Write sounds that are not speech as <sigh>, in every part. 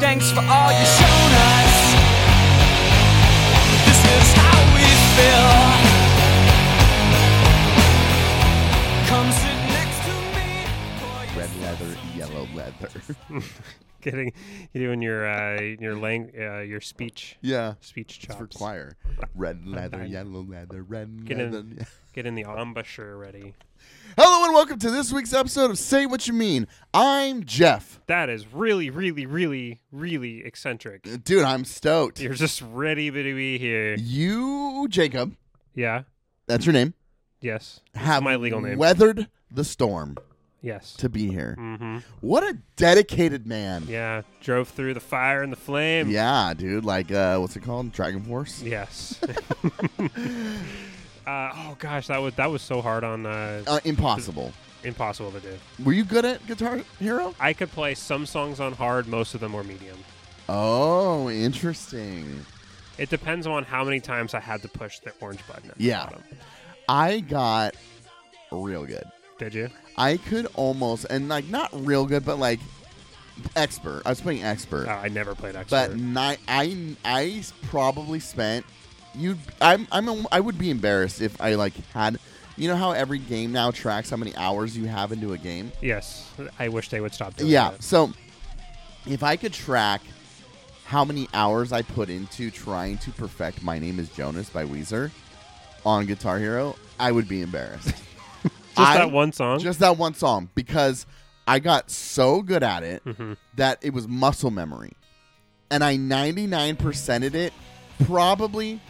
thanks for all you shown us. This is how we feel. Come sit next to me. pour Red <laughs> yourself leather, yellow leather. <laughs> <laughs> Getting you doing your uh, your lang- uh, your speech yeah. speech It's chops. for choir. Red leather, yellow leather, red Get leather. in, get in the embouchure ready. <laughs> Hello and welcome to this week's episode of Say What You Mean. I'm Jeff. That is really, really, really, really eccentric. Dude, I'm stoked. You're just ready to be here. You, Jacob, Yeah. that's your name, Yes. This is have my legal name. weathered the storm yes. to be here. mm-hmm. What a dedicated man. Yeah. Drove through the fire and the flame. Yeah, dude. Like, uh, what's it called? Dragon Force? Yes. <laughs> <laughs> uh, oh gosh, that was that was so hard on uh, Uh, impossible. impossible to do. Were you good at Guitar Hero? I could play some songs on hard, most of them were medium. Oh, interesting. It depends on how many times I had to push the orange button. At Yeah. The bottom. I got real good. Did you? I could almost, and like, not real good, but like, expert. I was playing expert. Uh, I never played expert. but ni- I I s- probably spent you I'm I'm a, I would be embarrassed if I like had you know how every game now tracks how many hours you have into a game. yes, I wish they would stop doing yeah. that. So if I could track how many hours I put into trying to perfect "My Name Is Jonas" by Weezer on Guitar Hero, I would be embarrassed. Just I- that one song. Just that one song because I got so good at it Mm-hmm. that it was muscle memory. And I 99%ed it probably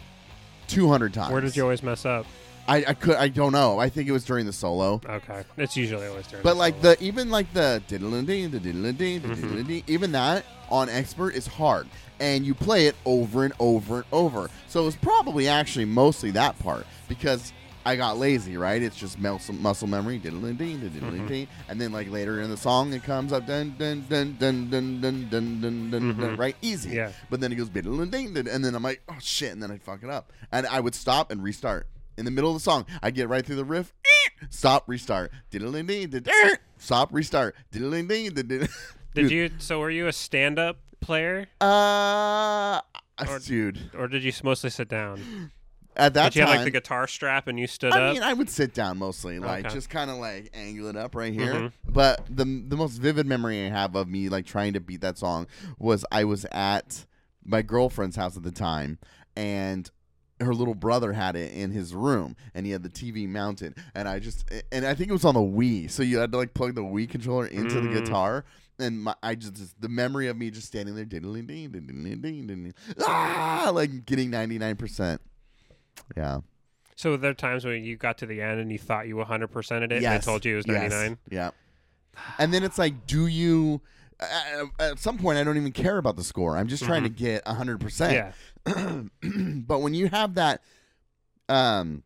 200 times. Where did you always mess up? I, I could I don't know. I think it was during the solo. Okay, it's usually always during. But the like solo. the even like the diddle-a-dee, the diddle-a-dee, the diddle-a-dee, even that on expert is hard, and you play it over and over and over. So it was probably actually mostly that part because I got lazy, right? It's just muscle muscle memory, diddle-a-dee, the diddle-a-dee, and then like later in the song it comes up dun dun dun dun dun dun dun dun dun, dun right easy. Yeah. But then it goes diddle-a-ding, did- and then I'm like oh shit, and then I fuck it up, and I would stop and restart. In the middle of the song, I get right through the riff, <laughs> stop, restart, diddling ding, did- er, stop, restart, diddling ding, did- did- did you? So were you a stand-up player, Uh, Or- dude, or did you mostly sit down? at that Did you time, have like the guitar strap and you stood I up? mean, I would sit down mostly, like Okay. just kind of like angle it up right here. Mhm. But the the most vivid memory I have of me like trying to beat that song was I was at my girlfriend's house at the time, and her little brother had it in his room, and he had the TV mounted, and I just and I think it was on the Wii, so you had to like plug the Wii controller into the Mm. guitar. And my, I just, just the memory of me just standing there, diddling, ding, diddling, ding, diddling, ah, like getting ninety nine percent. Yeah. so were there times when you got to the end and you thought you 100 percent it, and Yes. they told you it was Yes. 99. Yeah. And then it's like, do you? Uh, at some point, I don't even care about the score. I'm just trying to get 100. Mm-hmm. Yeah, percent <clears throat> But when you have that, um,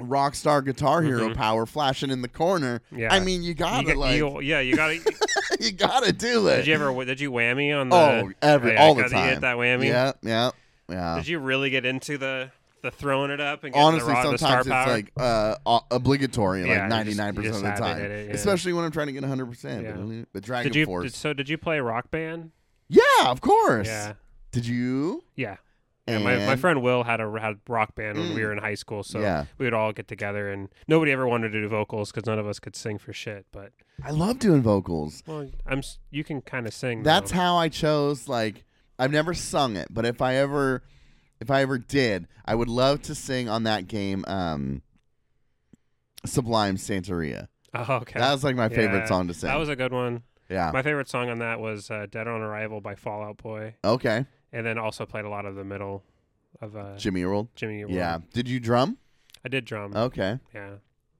rock star guitar hero power flashing in the corner, Mm-hmm. Yeah. I mean, you got you to got, like, you, <laughs> you, yeah, you got to got to do it. Did you ever? Did you whammy on the? uh, oh, every yeah, all the gotta time. Hit that whammy. Yeah, yeah, yeah. Did you really get into the the throwing it up and getting Oh. honestly the, raw, the star sometimes it's power? like uh, o- obligatory Yeah, like you 99% just- you of just the had to time hit it, yeah. especially when i'm trying to get 100% Yeah. but dragon did you? force Did, so did you play Rock Band? yeah of course Yeah, did you yeah. Yeah, my, my And- friend Will had a had rock band when we Mm. were in high school, so Yeah. we would all get together, and nobody ever wanted to do vocals because none of us could sing for shit. But i love doing vocals well, I'm s- you can kind of sing. that's though. how i chose like i've never sung it but if i ever if i ever did i would love to sing on that game um sublime santeria <laughs> oh, okay. that was like my Yeah. favorite song to sing Oh. That was a good one. yeah My favorite song on that was uh, "Dead on Arrival" by Fallout Boy, okay and then also played a lot of the middle of uh, jimmy World. Jimmy. Eat World. yeah Oh. did you drum I did drum. okay Yeah.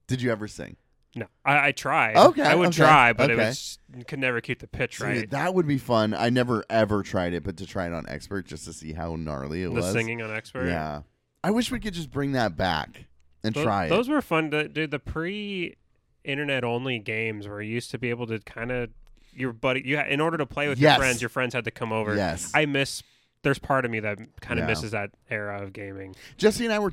did you ever sing No, I, I tried. Okay, I would okay, try, but it okay. was could never keep the pitch Dude, right. that would be fun. I never ever tried it, but to try it on expert just to see how gnarly it the was. singing on expert. Yeah. I wish we could just bring that back and Tho- try Those were fun. To, dude, the pre-internet only games where you used to be able to kind of your buddy. You had, in order to play with Yes. your friends, your friends had to come over. Yes. I miss. There's part of me that kind of Yeah. misses that era of gaming. it. Jesse and I were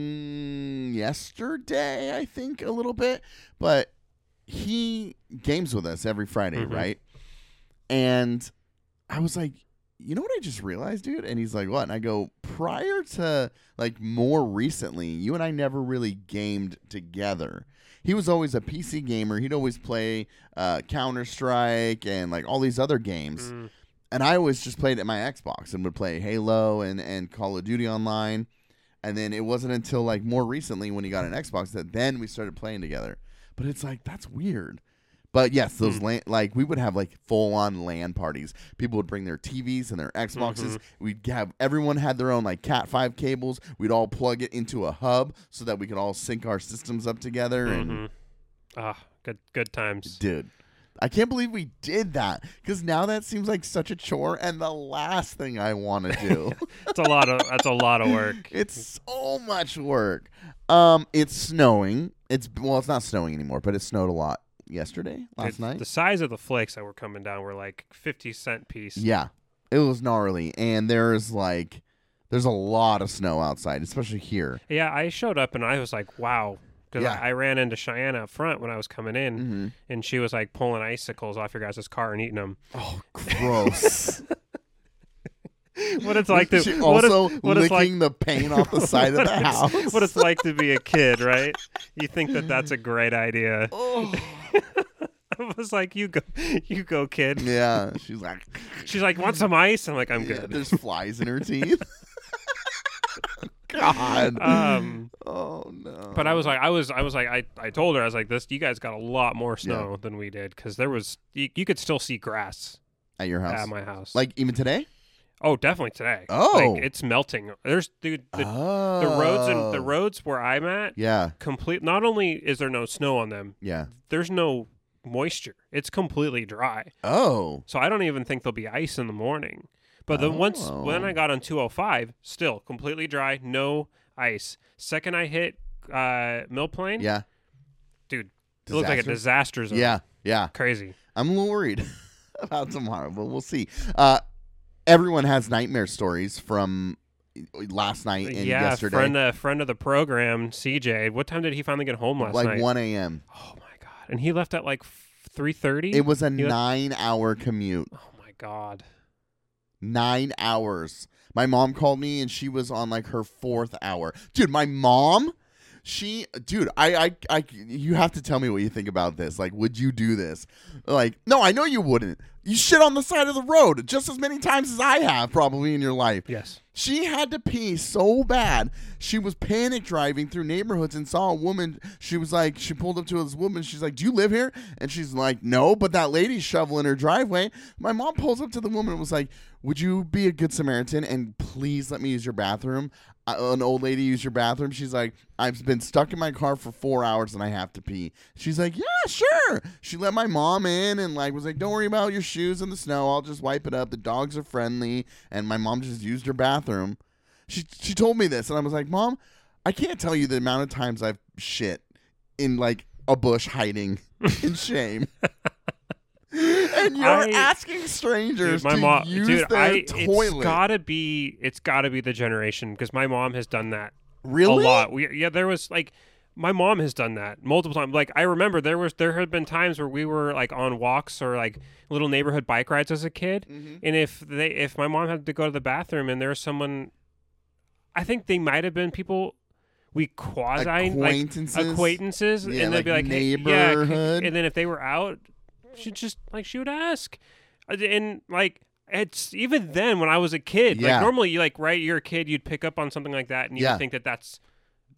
talking yesterday, I think, a little bit, but Mm-hmm. he games with us every Friday, Mhm. right? And I was like, you know what I just realized, dude? And he's like, what? And I go, prior to like more recently, you and I never really gamed together. He was always a PC gamer. He'd always play uh, Counter Strike and like all these other games. Mm. And I always just played at my Xbox and would play Halo and, and Call of Duty online. And then it wasn't until like more recently when he got an Xbox that then we started playing together. But it's like that's weird. But yes, those LAN, like we would have like full on LAN parties. People would bring their TVs and their Xboxes. We'd have everyone had their own like Cat five cables. We'd all plug it into a hub so that we could all sync our systems up together. Mm-hmm. And Ah, good good times. <laughs> dude, I can't believe we did that because now that seems like such a chore and the last thing I want <laughs> to do. It's a lot of that's a lot of work. It's so much work. Um, it's snowing. It's well, it's not snowing anymore, but it snowed a lot yesterday, last The- night. The size of the flakes that were coming down were like fifty cent piece. Yeah, it was gnarly, and there's like, there's a lot of snow outside, especially here. Yeah, I showed up and I was like, wow. Because Yeah. Mm-hmm. I, I ran into Cheyenne up front when I was coming in, and she was like pulling icicles off your guys' car and eating them. <laughs> Oh, gross! What <laughs> it's <laughs> like to She what it's- also what it's like licking the paint off <laughs> the side of the house. what it's like to be a kid, right? You think that that's a great idea. Oh. <laughs> I was like, you go, you go, <laughs> kid. Yeah, she's like, She's like, want some ice? I'm like, I'm yeah, <laughs> good. there's flies in <laughs> her teeth. <laughs> God. Um, oh no. but I was like, I was, I was like, I, I told her, I was like, this, you guys got a lot more snow than we did because there was, you, you could still see grass at your house, at my house. like even today. oh, definitely today. Oh. like, it's melting. There's dude, the, oh. the roads and the roads where I'm at, Yeah. complete. Not only is there no snow on them, Yeah. there's no moisture. It's completely dry. Oh. So I don't even think there'll be ice in the morning. But then once Oh. when I got on 205, still completely dry, no ice. Second I hit uh Mill Plain, Yeah. dude, it looked like a Disaster? disaster zone. Yeah. Yeah. Crazy. I'm a little worried <laughs> about tomorrow, but we'll see. Uh, everyone has nightmare stories from last night and yeah, yesterday, friend uh, friend of the program, CJ. What time did he finally get home last like night? 1 a.m. Oh my god. And he left at like 3:30? It was a He left- nine-hour commute. Oh my god. Nine hours. My mom called me, and she was on like her fourth hour. Dude, my mom. She, dude, I, I, I, you have to tell me what you think about this. Like, would you do this? Like, no, I know you wouldn't. You shit on the side of the road just as many times as I have, probably in your life. Yes. She had to pee so bad. She was panic driving through neighborhoods and saw a woman. She was like, she pulled up to this woman. She's like, Do you live here? And she's like, No, but that lady's shoveling her driveway. My mom pulls up to the woman and was like, Would you be a good Samaritan and please let me use your bathroom? Uh, an old lady used your bathroom. She's like, I've been stuck in my car for four hours and I have to pee. She's like, Yeah, sure. She let my mom in and like was like, Don't worry about your shoes in the snow. I'll just wipe it up. The dogs are friendly. And my mom just used her bathroom. She she told me this and I was like, Mom, I can't tell you the amount of times I've shit in like a bush <laughs> hiding in shame. <laughs> and you're I- asking strangers Dude, my to mom, use dude, their I, toilet. it's gotta be, it's gotta be the generation because my mom has done that really? a lot. We, yeah, there was like my mom has done that multiple times. Like I remember there was there had been times where we were like on walks or like little neighborhood bike rides as a kid, Mm-hmm. and if they if my mom had to go to the bathroom and there was someone, I think they might have been people. We quasi like Acquaintances? acquaintances, Yeah, and they'd be like like hey, yeah, c- neighborhood. and then if they were out, she just like she would ask, and like it's even then when I was a kid, Yeah. like normally you like right, you're a kid, you'd pick up on something like that, and you Yeah. would think that that's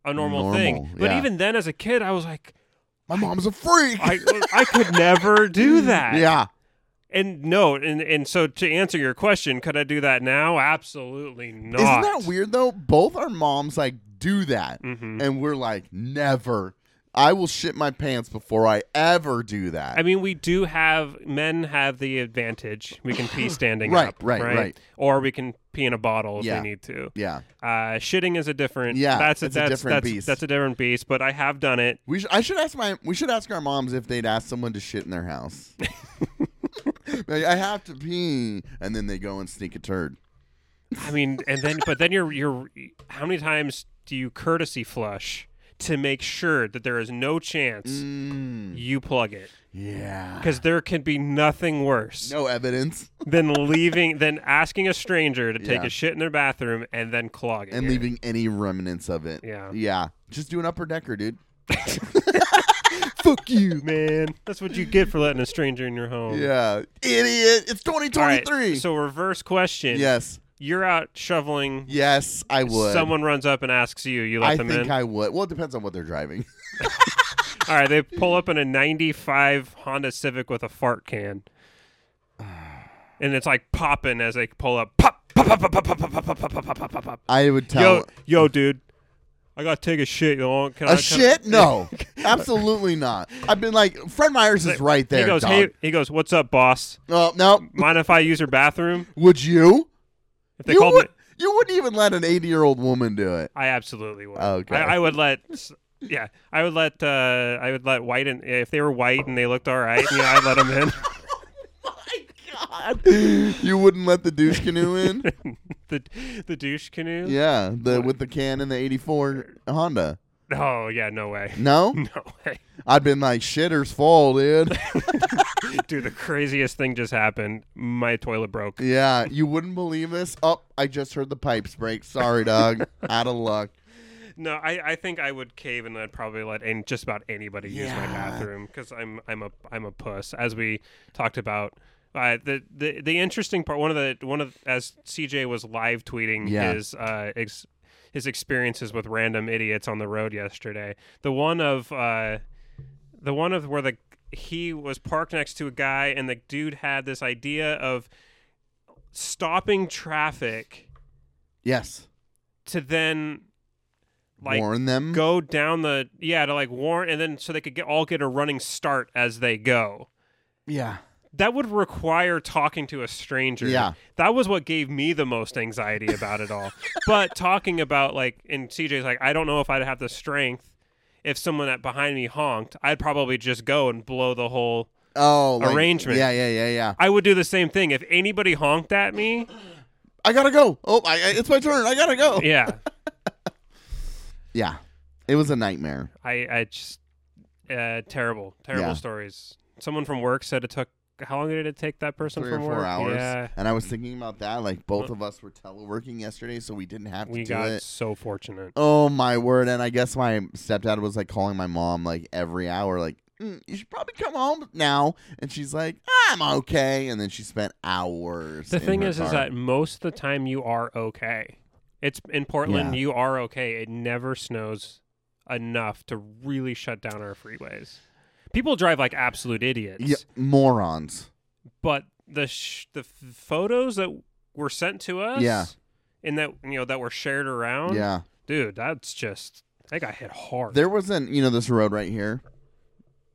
a normal, thing. Normal, But yeah. even then, as a kid, I was like, My mom's a freak. I I <laughs> could never do that. yeah. And no, and and so to answer your question, could I do that now? Absolutely not. Isn't that weird though? Both our moms like do that, Mhm. and we're like, never. I will shit my pants before I ever do that. I mean, we do have men have the advantage. We can <gasps> pee standing Right, up, right, right. or we can pee in a bottle if Yeah. we need to. yeah, Uh, shitting is a different. Yeah, that's it's a that's, different that's, beast. That's a different beast. But I have done it. we should. I should ask my. We should ask our moms if they'd ask someone to shit in their <laughs> house. like, I have to pee, and then they go and sneak a turd. I mean, and then but then you're you're how many times do you courtesy flush? to make sure that there is no chance Mm. you plug it Yeah. because there can be nothing worse No evidence. than leaving than asking a stranger to take Yeah. a shit in their bathroom and then clogging And it. leaving any remnants of it. Yeah. Yeah. Just do an upper decker, <laughs> dude. <laughs> Fuck you, man. That's what you get for letting a stranger in your home. Yeah. Idiot. It's Um, All right, 2023. so reverse question. yes. You're out shoveling. Yes, I would. Someone runs up and asks you. You let I them think in. I would. Well, it depends on what they're driving. <laughs> All right, they pull up in a '95 Honda Civic with a fart can, and it's like popping as they pull up. Pop, pop, pop, pop, pop, pop, pop, pop, pop, pop, pop, pop, pop. I would tell Yo, uh, yo, dude, I gotta take a shit. You know? Can I- a can I- shit. <laughs> No, absolutely not. I've been like, Fred Myers is right there. He goes, dog. hey, he goes, what's up, boss? oh no, Mind if I use your bathroom? would you? If they you called would. me, You wouldn't even let an eighty-year-old woman do it. <laughs> I absolutely would. Okay. I, I would let. Yeah, I would let. Uh, I would let white and if they were white and they looked all right, you know, I'd let them in. You wouldn't let the douche canoe <laughs> in. the the douche canoe. yeah, the with the can and the '84 Honda. Oh yeah, no way. <laughs> No, No way. I'd been like, shitter's full, dude. <laughs> Dude, the craziest thing just happened. My toilet broke. yeah, you wouldn't believe this. Oh, I just heard the pipes break. Sorry, <laughs> dog. Out of luck. No, I, I think I would cave and I'd probably let any, just about anybody use my Yeah. bathroom because I'm I'm a I'm a puss as we talked about. Uh, the, the the interesting part one of the one of as CJ was live tweeting Yeah. his uh, ex, his experiences with random idiots on the road yesterday. The one of uh, the one of where the he was parked next to a guy and the dude had this idea of stopping traffic Yes, to then like warn them. go down the yeah to like warn and then so they could get all get a running start as they go Yeah. that would require talking to a stranger Yeah. that was what gave me the most anxiety about it all but talking about like and cj's like i don't know if i'd have the strength if someone at behind me honked i'd probably just go and blow the whole Oh, like- Arrangement. Yeah, yeah, yeah, yeah. i would do the same thing if anybody honked at me I gotta go. Oh, I, I, it's my turn. I gotta <laughs> go. yeah Yeah, it was a nightmare. i i just uh terrible terrible Yeah. stories someone from work said it took how long did it take that person Three or from four work hours. yeah And I was thinking about that. Like both of us were teleworking yesterday, so we didn't have to we do got it. so fortunate. Oh my word! And I guess my stepdad was like calling my mom like every hour, like "Mm, you should probably come home now. And she's like, I'm okay. And then she spent hours. The in thing her is, is car. that most of the time you are okay. It's in Portland, Yeah. you are okay. It never snows enough to really shut down our freeways. People drive like absolute idiots, yeah, morons. but the sh- the f- photos that were sent to us, Yeah. and that you know that were shared around, Yeah. dude, that's just they got hit hard. There wasn't, you know, this road right here,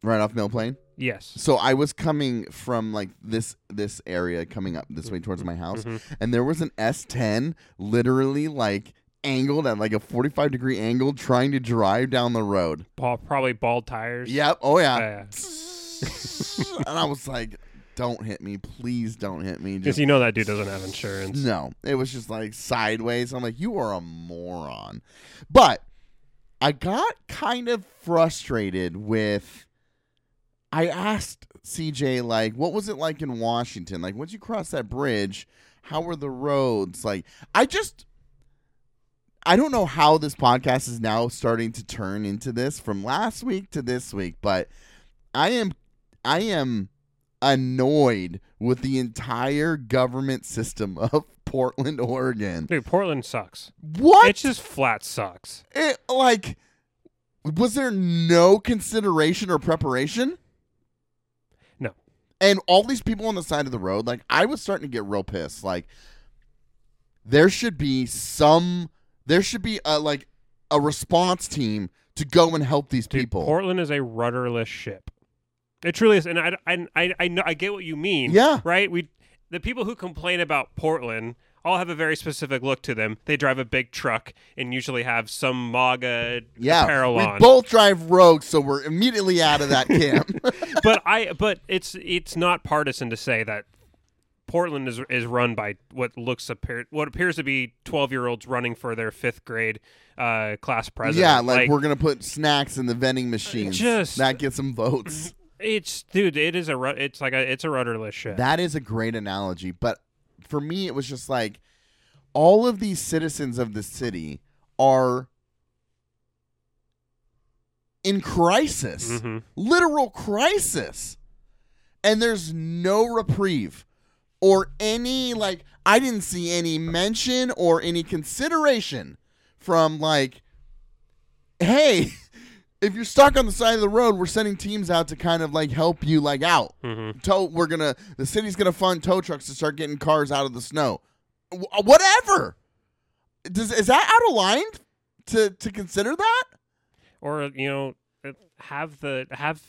right off Mill Plain. yes, So I was coming from like this this area coming up this way towards my house, Mhm. and there was an S10 literally like angled at like a 45 degree angle trying to drive down the road. Ba- probably bald tires. Yep. Oh yeah. Yeah. <laughs> and I was like, "Don't hit me, please don't hit me." because Just you know that dude doesn't have insurance. no. It was just like sideways. I'm like, "You are a moron," but I got kind of frustrated with. I asked CJ like, what was it like in Washington? Like, once you cross that bridge, how were the roads? Like, I just, I don't know how this podcast is now starting to turn into this from last week to this week, but I am, I am annoyed with the entire government system <laughs> of Portland, Oregon. Dude, Portland sucks. What? It just flat sucks. it like was there no consideration or preparation No. and all these people on the side of the road like i was starting to get real pissed like there should be some there should be a like a response team to go and help these Dude, people Portland is a rudderless ship. It truly is, and I, I, I, I know I get what you mean. Yeah. right. We the people who complain about Portland all have a very specific look to them. They drive a big truck and usually have some MAGA yeah apparel we on. both drive rogue so we're <laughs> immediately out of that camp but I, but it's it's not partisan to say that Portland is is run by what looks appear what appears to be twelve year olds running for their fifth grade uh, <laughs> class president. yeah, like, we're gonna put snacks in the vending machines. just- that gets some votes. it's dude. It is a ru- it's like a it's a rudderless shit. That is a great analogy, but for me, it was just like all of these citizens of the city are in crisis, Mhm. literal crisis, and there's no reprieve or any like I didn't see any mention or any consideration from like, hey. <laughs> If you're stuck on the side of the road, we're sending teams out to kind of like help you like out Mhm. tow we're gonna the city's gonna fund tow trucks to start getting cars out of the snow w- uh, whatever Does, is that out of line to to consider that Or you know, uh, have the have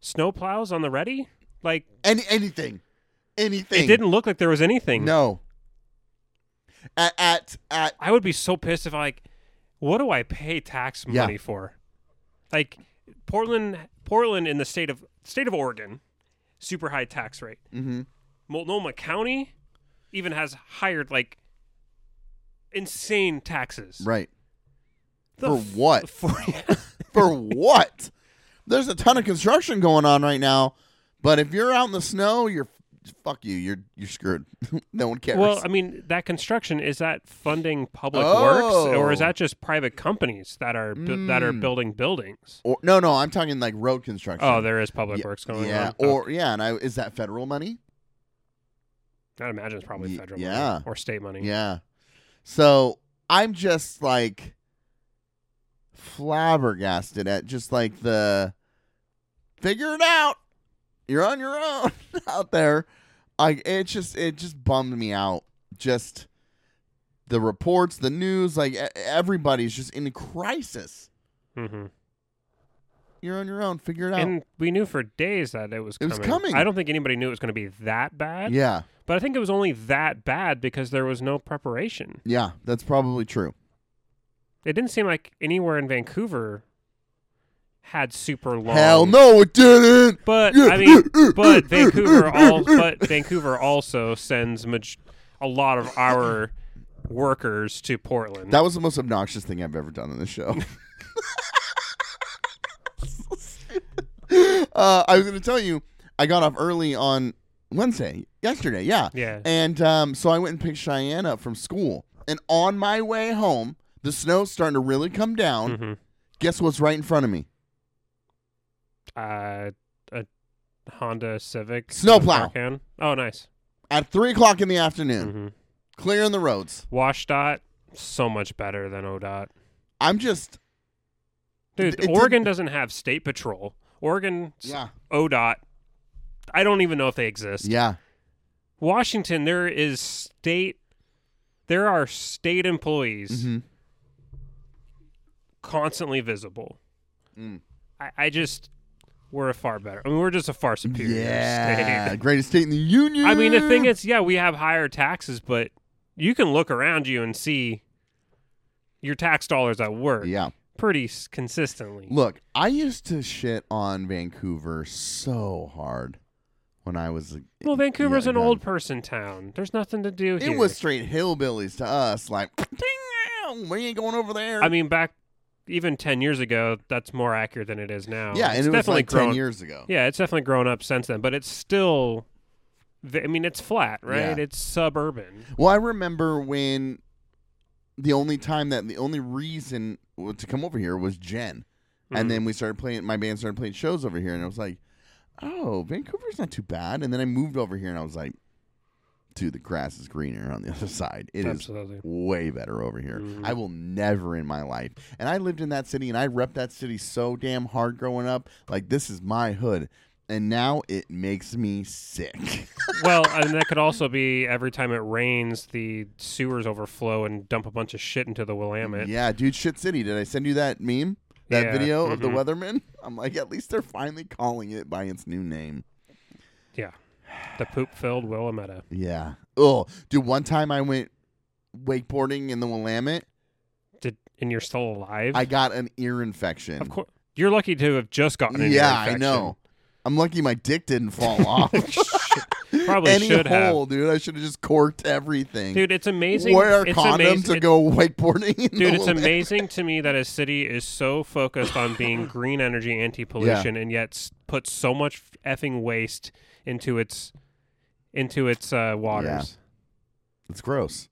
snow plows on the ready. Like any anything anything it didn't look like there was anything. no at at, at I would be so pissed if like, what do I pay tax Yeah. money for? Like Portland, Portland in the state of state of Oregon, super high tax rate. mhm. Multnomah County even has hired like insane taxes. right The For what? <laughs> <laughs> For, for what there's a ton of construction going on right now but if you're out in the snow you're fuck you you're you're screwed <laughs> no one cares well, I mean, that construction is that funding public works, or is Oh. that just private companies that are bu- that are Mm. building buildings? or, no no i'm talking like road construction Oh, there is public works going yeah, on. or yeah, and I is that federal money? I imagine it's probably Ye- federal yeah. money or state money. Yeah. So I'm just like flabbergasted at just like the figure it out. You're on your own <laughs> out there. Like it just it just bummed me out. Just the reports, the news, like e- everybody's just in crisis. hmm You're on your own. Figure it out. And we knew for days that it was It was coming. coming. I don't think anybody knew it was going to be that bad. yeah, But I think it was only that bad because there was no preparation. yeah, that's probably true. It didn't seem like anywhere in Vancouver had super long. Hell no, it didn't. But I mean, but Vancouver all, but Vancouver also sends maj- a lot of our workers to Portland. That was the most obnoxious thing I've ever done on this <laughs> show. uh, I was going to tell you, I got off early on Wednesday, yesterday, yeah. Yeah. And um, so I went and picked Cheyenne up from school. And on my way home, the snow's starting to really come down. Mhm. Guess what's right in front of me? uh, a Honda Civic Snowplow. Can. Oh, nice. At 3 o'clock in the afternoon, Mm-hmm. clearing the roads. Washdot so much better than ODOT. I'm just, Dude, It- it Oregon doesn't have state patrol. Oregon, Yeah. ODOT. I don't even know if they exist. yeah. Washington, there is state. There are state employees Mhm. constantly visible. Mm. I, I just we're a far better. I mean, we're just a far superior Yeah. state. Greatest state in the union. I mean, the thing is, yeah, we have higher taxes, but you can look around you and see your tax dollars at work Yeah. pretty s- consistently. Look, I used to shit on Vancouver so hard when I was. Well, Vancouver's yeah, an young. old person town. There's nothing to do here. It was straight hillbillies to us, like "Ding, we ain't going over there. I mean, back even ten years ago, that's more accurate than it is now. yeah, and it's it was definitely like grown. ten years ago. Yeah, it's definitely grown up since then, but it's still. v- I mean, it's flat, right? Yeah. It's suburban. Well, I remember when the only time that the only reason w- to come over here was Jen, Mhm. and then we started playing. My band started playing shows over here, and I was like, "Oh, Vancouver's not too bad." And then I moved over here, and I was like, "Dude, the grass is greener on the other side. It is Absolutely. way better over here. Mhm. I will never in my life. And I lived in that city and I rep that city so damn hard growing up. Like this is my hood. And now it makes me sick. well, and that could also be every time it rains, the sewers overflow and dump a bunch of shit into the Willamette. yeah, dude, shit city. Did I send you that meme? That Yeah, video of the mhm. weatherman? <laughs> I'm like, at least they're finally calling it by its new name. Yeah. The poop filled Willamette. Yeah. Oh, dude, one time I went wakeboarding in the Willamette. Did and you're still alive? I got an ear infection. of course. You're lucky to have just gotten an ear Yeah, I infection. know. I'm lucky my dick didn't fall <laughs> off. Shit. probably any should have. hole, dude. I should have just corked everything. Dude, it's amazing. Wear it's condoms amazing. to go <laughs> wakeboarding. in Dude, the it's Olympics. amazing to me that a city is so focused on <laughs> being green energy, anti-pollution, and yet s- puts so much effing waste into its into its uh, waters. It's gross.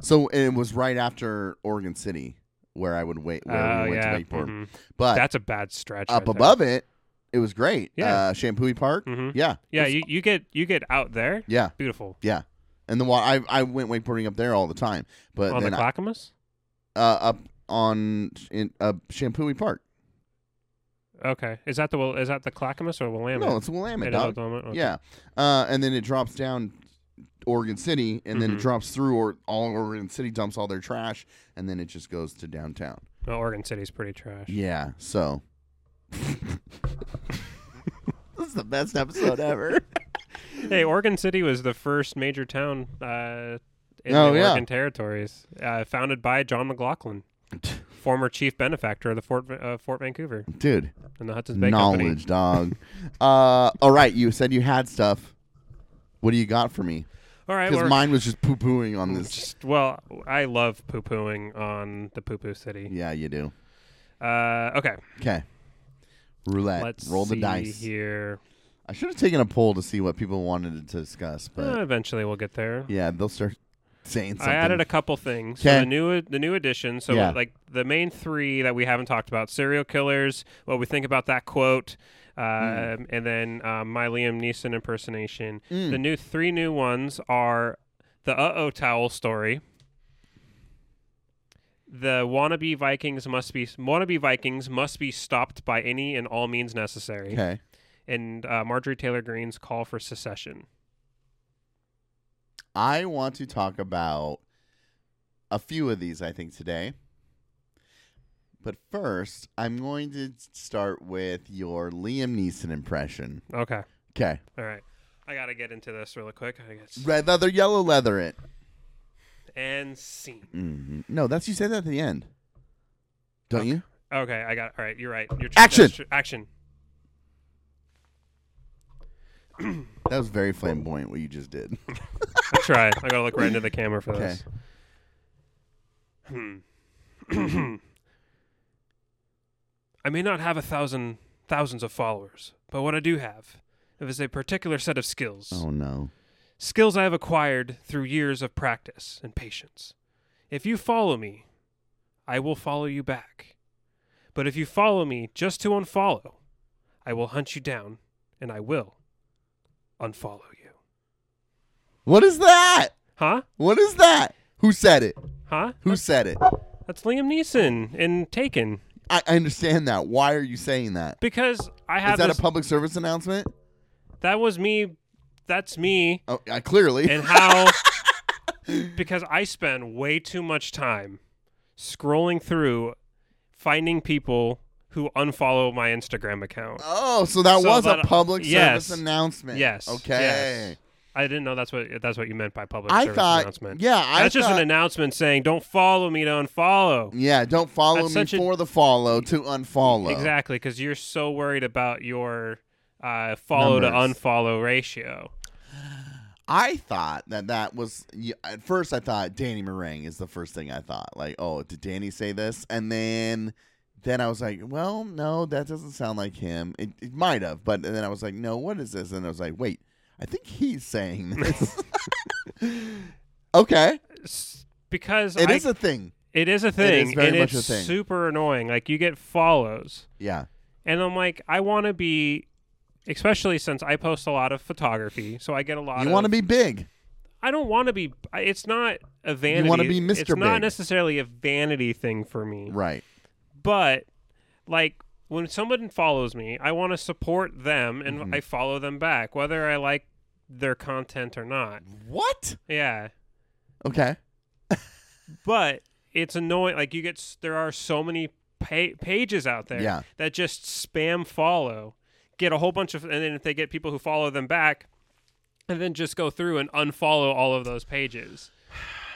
So and it was right after Oregon City where I would wait where Oh, we went yeah. to wakeboard. Mhm. But That's a bad stretch. up above it, it was great. Yeah. Uh, Shampooey Park. hmm Yeah. Yeah, you, you get you get out there. Yeah. Beautiful. Yeah. And the water, I I went wakeboarding up there all the time, but On the then I- Clackamas? uh, up on in uh, Shampooey Park. Okay. Is that the Wil- is that the Clackamas or Willamette? No, it's Willamette. It is dog. Willamette? Okay. Yeah. Uh, and then it drops down Oregon City, and then it Mhm. drops through or all Oregon City dumps all their trash, and then it just goes to downtown. Well, Oregon City's pretty trash. Yeah. So <laughs> this is the best episode ever. Hey, Oregon City was the first major town uh, in Oh, the yeah. Oregon territories, uh, founded by John McLaughlin, former chief benefactor of the Fort uh, Fort Vancouver <laughs> Dude, and the Hudson's Bay Company. knowledge, dog. uh, all right. You said you had stuff. What do you got for me? All right, Because we're- mine was just poo pooing on this. just, well, I love poo pooing on the poo poo city. <laughs> Yeah, you do. Uh, okay, Okay. Roulette. let's Roll the see dice. here. I should have taken a poll to see what people wanted to discuss, but Uh, eventually, we'll get there. yeah, they'll start saying something. I added a couple things. So Okay. the new the new edition. So Yeah. like the main three that we haven't talked about: serial killers, what we think about that quote, um, Mm. and then um, my Liam Neeson impersonation. The new three new ones are the uh oh towel story. The wannabe Vikings must be wannabe Vikings must be stopped by any and all means necessary, okay. and uh, Marjorie Taylor Greene's call for secession. I want to talk about a few of these, I think, today. But first, I'm going to start with your Liam Neeson impression. Okay, Okay. all right, I gotta get into this really quick. I guess. Red leather, yellow leather it. and scene. hmm No, that's you said that at the end. Don't you? Okay, I got. All right, you're right. You're Action! that's action. That was very flamboyant what you just did. I tried. I gotta look right into the camera for Okay. this. Hmm. <clears throat> I may not have a thousand thousands of followers, but what I do have is a particular set of skills. <laughs> Oh no. Skills I have acquired through years of practice and patience. If you follow me, I will follow you back. But if you follow me just to unfollow, I will hunt you down and I will unfollow you. What is that? Huh? What is that? Who said it? Huh? Who said it? That's Liam Neeson in Taken. I, I understand that. Why are you saying that? Because I Is have that this, a public service announcement? that was me. That's me. Oh, I, clearly. <laughs> and how because I spend way too much time scrolling through finding people who unfollow my Instagram account. Oh, so that So was a that- uh, public yes. service announcement. Yes. Okay. yes. I didn't know that's what that's what you meant by public I service thought. announcement. Yeah, I that's thought, Mm, just an announcement saying don't follow me to unfollow. Yeah, don't follow That's me such a- for the follow to unfollow. Exactly, because you're so worried about your uh, follow Numbers. to unfollow ratio. I thought that that was yeah, at first. I thought Danny Meringue is the first thing I thought. Like, oh, did Danny say this? And then, then I was like, well, no, that doesn't sound like him. It, it might have, but and then I was like, no, what is this? And I was like, wait, I think he's <laughs> saying this. <laughs> okay, S- Because it is I- a thing. it is a thing, very and much it's a thing. super annoying. Like you get follows, Yeah, And I'm like, I want to be, especially since I post a lot of photography, so I get a lot. you want want to be big. I don't want to be. I- It's not a vanity. wanna be It's Mr. not Big. necessarily a vanity thing for me, Right. but like when someone follows me, I want to support them, and Mm-hmm. I follow them back, whether I like their content or not. Mm-hmm. What? Yeah, Okay. but it's annoying. Like you get, s- there are so many pa- pages out there Yeah. that just spam follow, get a whole bunch of, and then if they get people who follow them back, and then just go through and unfollow all of those pages.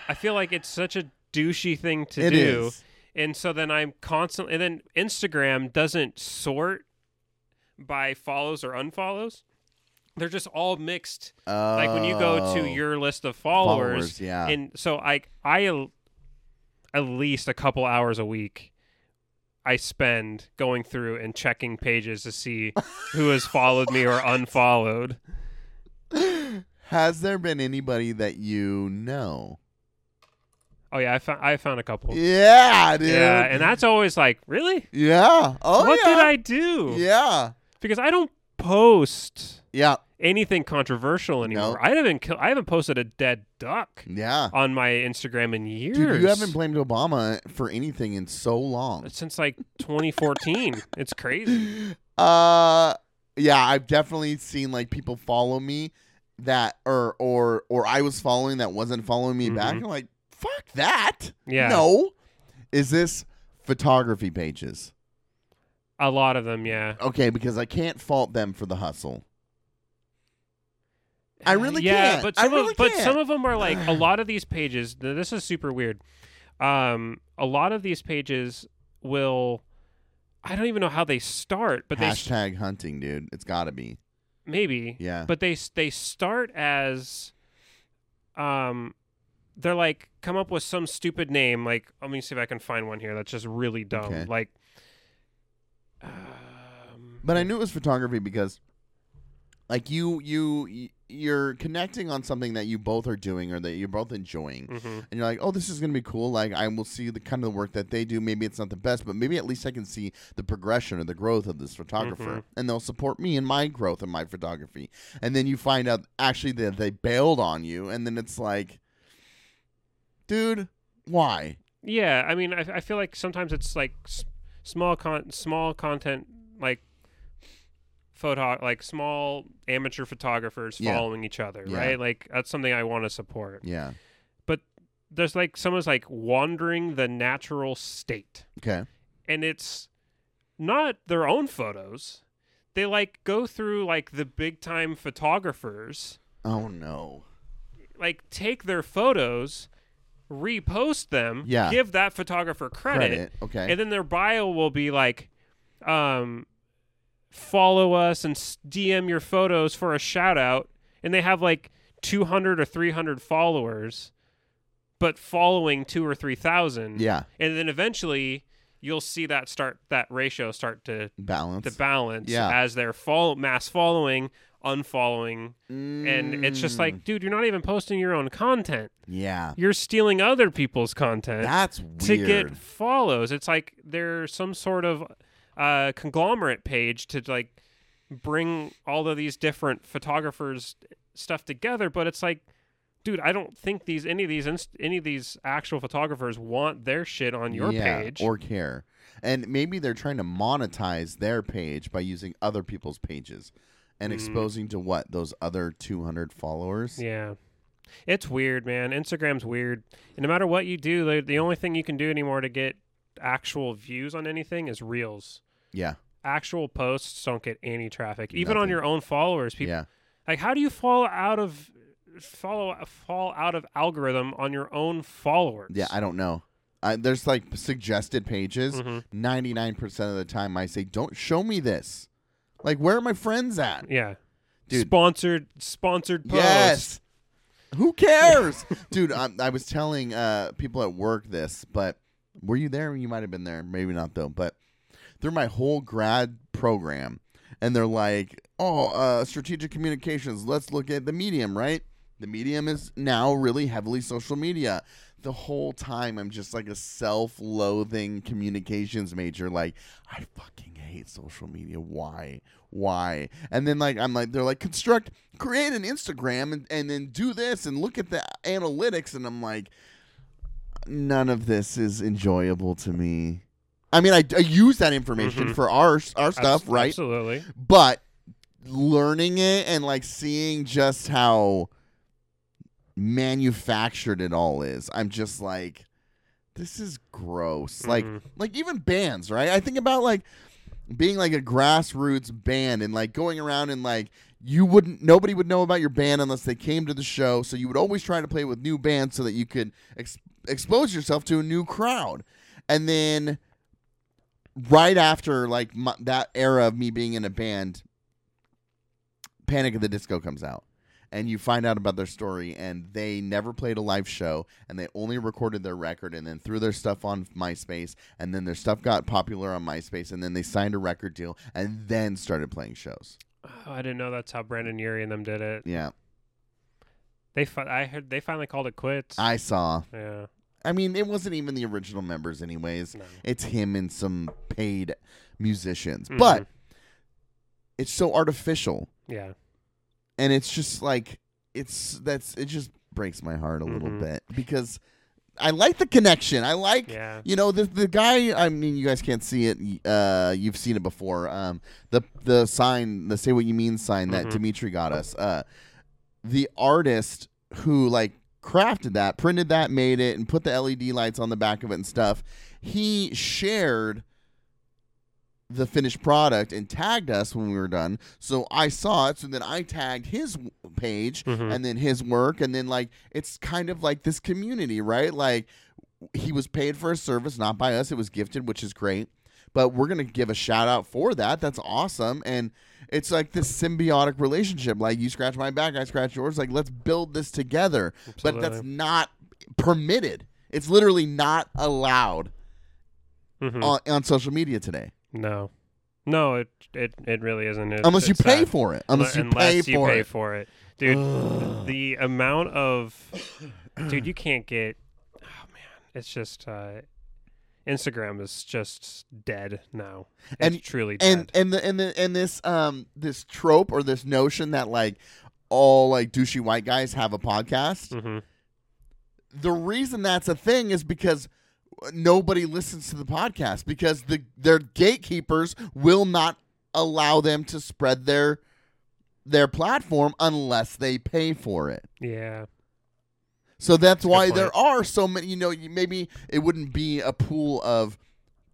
I feel like it's such a douchey thing to It do, is. and so then I'm constantly, and then Instagram doesn't sort by follows or unfollows. they're just all mixed. like when you go Oh. to your list of followers, Followers, yeah. And so like I l- at least a couple hours a week I spend going through and checking pages <laughs> to see who has followed me or unfollowed. Has there been anybody that you know? Oh yeah, I found I found a couple. Yeah, dude. Yeah, and that's always like, really? Yeah. Oh, what yeah. did I do? Yeah. Because I don't post Yeah. anything controversial anymore. I haven't kill- I haven't posted a dead duck Yeah. on my Instagram in years. Dude, you haven't blamed Obama for anything in so long. since like 2014. it's crazy. <gasps> Uh, yeah, I've definitely seen like people follow me that, or or or I was following that wasn't following me back. I'm Mhm. like, fuck that. Yeah. No. Is this photography pages? A lot of them, yeah. Okay, because I can't fault them for the hustle. I really yeah, can't. but I some really of but can't. some of them are <sighs> like a lot of these pages. th- This is super weird. Um, a lot of these pages will. I don't even know how they start, but they s- Hashtag hunting, dude. It's got to be. maybe Yeah. but they s- they start as um they're like come up with some stupid name like let me see if i can find one here that's just really dumb Okay. like um, But I knew it was photography because, like, you you y- you're connecting on something that you both are doing or that you're both enjoying, mhm. and you're like, oh, this is gonna be cool. Like, I will see the kind of the work that they do. Maybe it's not the best, but maybe at least I can see the progression or the growth of this photographer, Mhm. and they'll support me in my growth in my photography. And then you find out actually that they bailed on you, and then it's like, dude, why? yeah i mean I, I feel like sometimes it's like s- small con small content like photo like small amateur photographers Yeah. following each other Yeah. right like that's something i want to support Yeah. but there's like someone's like wandering the natural state Okay. and it's not their own photos. They like go through like the big time photographers, Oh no. like take their photos, repost them, Yeah. give that photographer credit, Credit. Okay. and then their bio will be like, um, follow us and s- DM your photos for a shout out, and they have like 200 or 300 followers, but following two or three thousand, yeah. and then eventually you'll see that start that ratio start to Balance. to balance Yeah. as they're follow, mass following unfollowing and it's just Mm. like dude you're not even posting your own content yeah, you're stealing other people's content that's weird. to get follows it's like they're some sort of uh, conglomerate page to like bring all of these different photographers stuff together but it's like dude i don't think these any of these inst- any of these actual photographers want their shit on your Yeah, page or care, and maybe they're trying to monetize their page by using other people's pages and exposing to what those other two hundred followers. Mm. Yeah. It's weird, man. Instagram's weird. And no matter what you do, the, the only thing you can do anymore to get actual views on anything is reels. yeah, Actual posts don't get any traffic, even on Nothing. your own followers. People yeah. like, how do you fall out of follow fall out of algorithm on your own followers? Yeah, I don't know. I, there's like suggested pages. Mhm. Ninety nine percent of the time, I say, "Don't show me this." Like, where are my friends at? yeah. Dude. Sponsored sponsored posts. Yes. Who cares, dude? I, I was telling uh, people at work this, but were you there? You might have been there, maybe not though. But through my whole grad program, and they're like, "Oh, uh, strategic communications. Let's look at the medium, right? The medium is now really heavily social media." The whole time, I'm just like a self-loathing communications major. Like, I fucking hate social media. Why? Why? And then like I'm like they're like construct create an Instagram and, and then do this and look at the analytics and I'm like none of this is enjoyable to me. I mean I, I use that information Mhm. for our our Abs- stuff, right? Absolutely. But learning it and like seeing just how manufactured it all is. I'm just like this is gross. Like Mhm. like even bands, right? I think about like being like a grassroots band and like going around and like you wouldn't nobody would know about your band unless they came to the show so you would always try to play with new bands so that you could ex- expose yourself to a new crowd and then right after like my, that era of me being in a band Panic at the Disco comes out and you find out about their story and they never played a live show and they only recorded their record and then threw their stuff on MySpace and then their stuff got popular on MySpace and then they signed a record deal and then started playing shows. Oh, I didn't know that's how Brandon Urie and them did it. Yeah. They fi- I heard they finally called it quits. I saw. yeah. I mean, it wasn't even the original members anyways. No. It's him and some paid musicians. But it's so artificial Yeah. and it's just like it's that's it just breaks my heart a little Mhm. bit because I like the connection. I like Yeah. you know the the guy. I mean, you guys can't see it. y- Uh, you've seen it before. Um, the the sign, the "Say What You Mean" sign that Mhm. Dimitri got us. Uh, the artist who like crafted that, printed that, made it, and put the LED lights on the back of it and stuff. He shared the finished product and tagged us when we were done. So I saw it. So then I tagged his w- page Mhm. and then his work. And then, like, it's kind of like this community, right? Like, he was paid for a service, not by us. It was gifted, which is great. But we're going to give a shout out for that. That's awesome. And it's like this symbiotic relationship. Like, you scratch my back, I scratch yours. Like, let's build this together. But that's Absolutely. not permitted. It's literally not allowed Mhm. on, on social media today. no. No, it it it really isn't. It's, unless you it's pay sad. for it. Unless you pay Unless you for pay it. for it, dude. the amount of <coughs> dude you can't get. Oh man, it's just uh, Instagram is just dead now. It's And- truly and dead. and the and the and this um this trope or this notion that like all like douchey white guys have a podcast. Mhm. The reason that's a thing is because nobody listens to the podcast because the their gatekeepers will not allow them to spread their their platform unless they pay for it. Yeah. <laughs> So that's why point. there are so many. You know, you- maybe it wouldn't be a pool of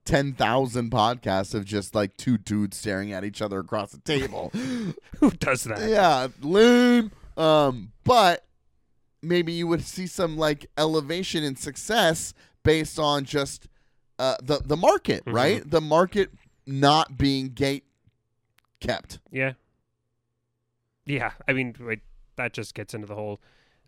ten thousand podcasts of just like two dudes staring at each other across the table. Who does that? yeah, lame. Um, but maybe you would see some like elevation and success based on just uh, the the market, Mhm. right? The market not being gate kept. Yeah. Yeah. I mean, like, that just gets into the whole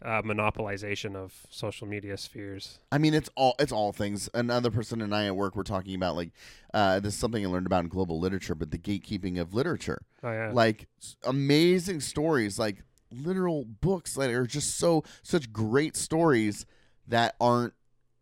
uh, monopolization of social media spheres. I mean, it's all it's all things. Another person and I at work were talking about like uh, this is something I learned about in global literature, but the gatekeeping of literature, Oh, yeah. like s- amazing stories, like literal books that are just so such great stories that aren't.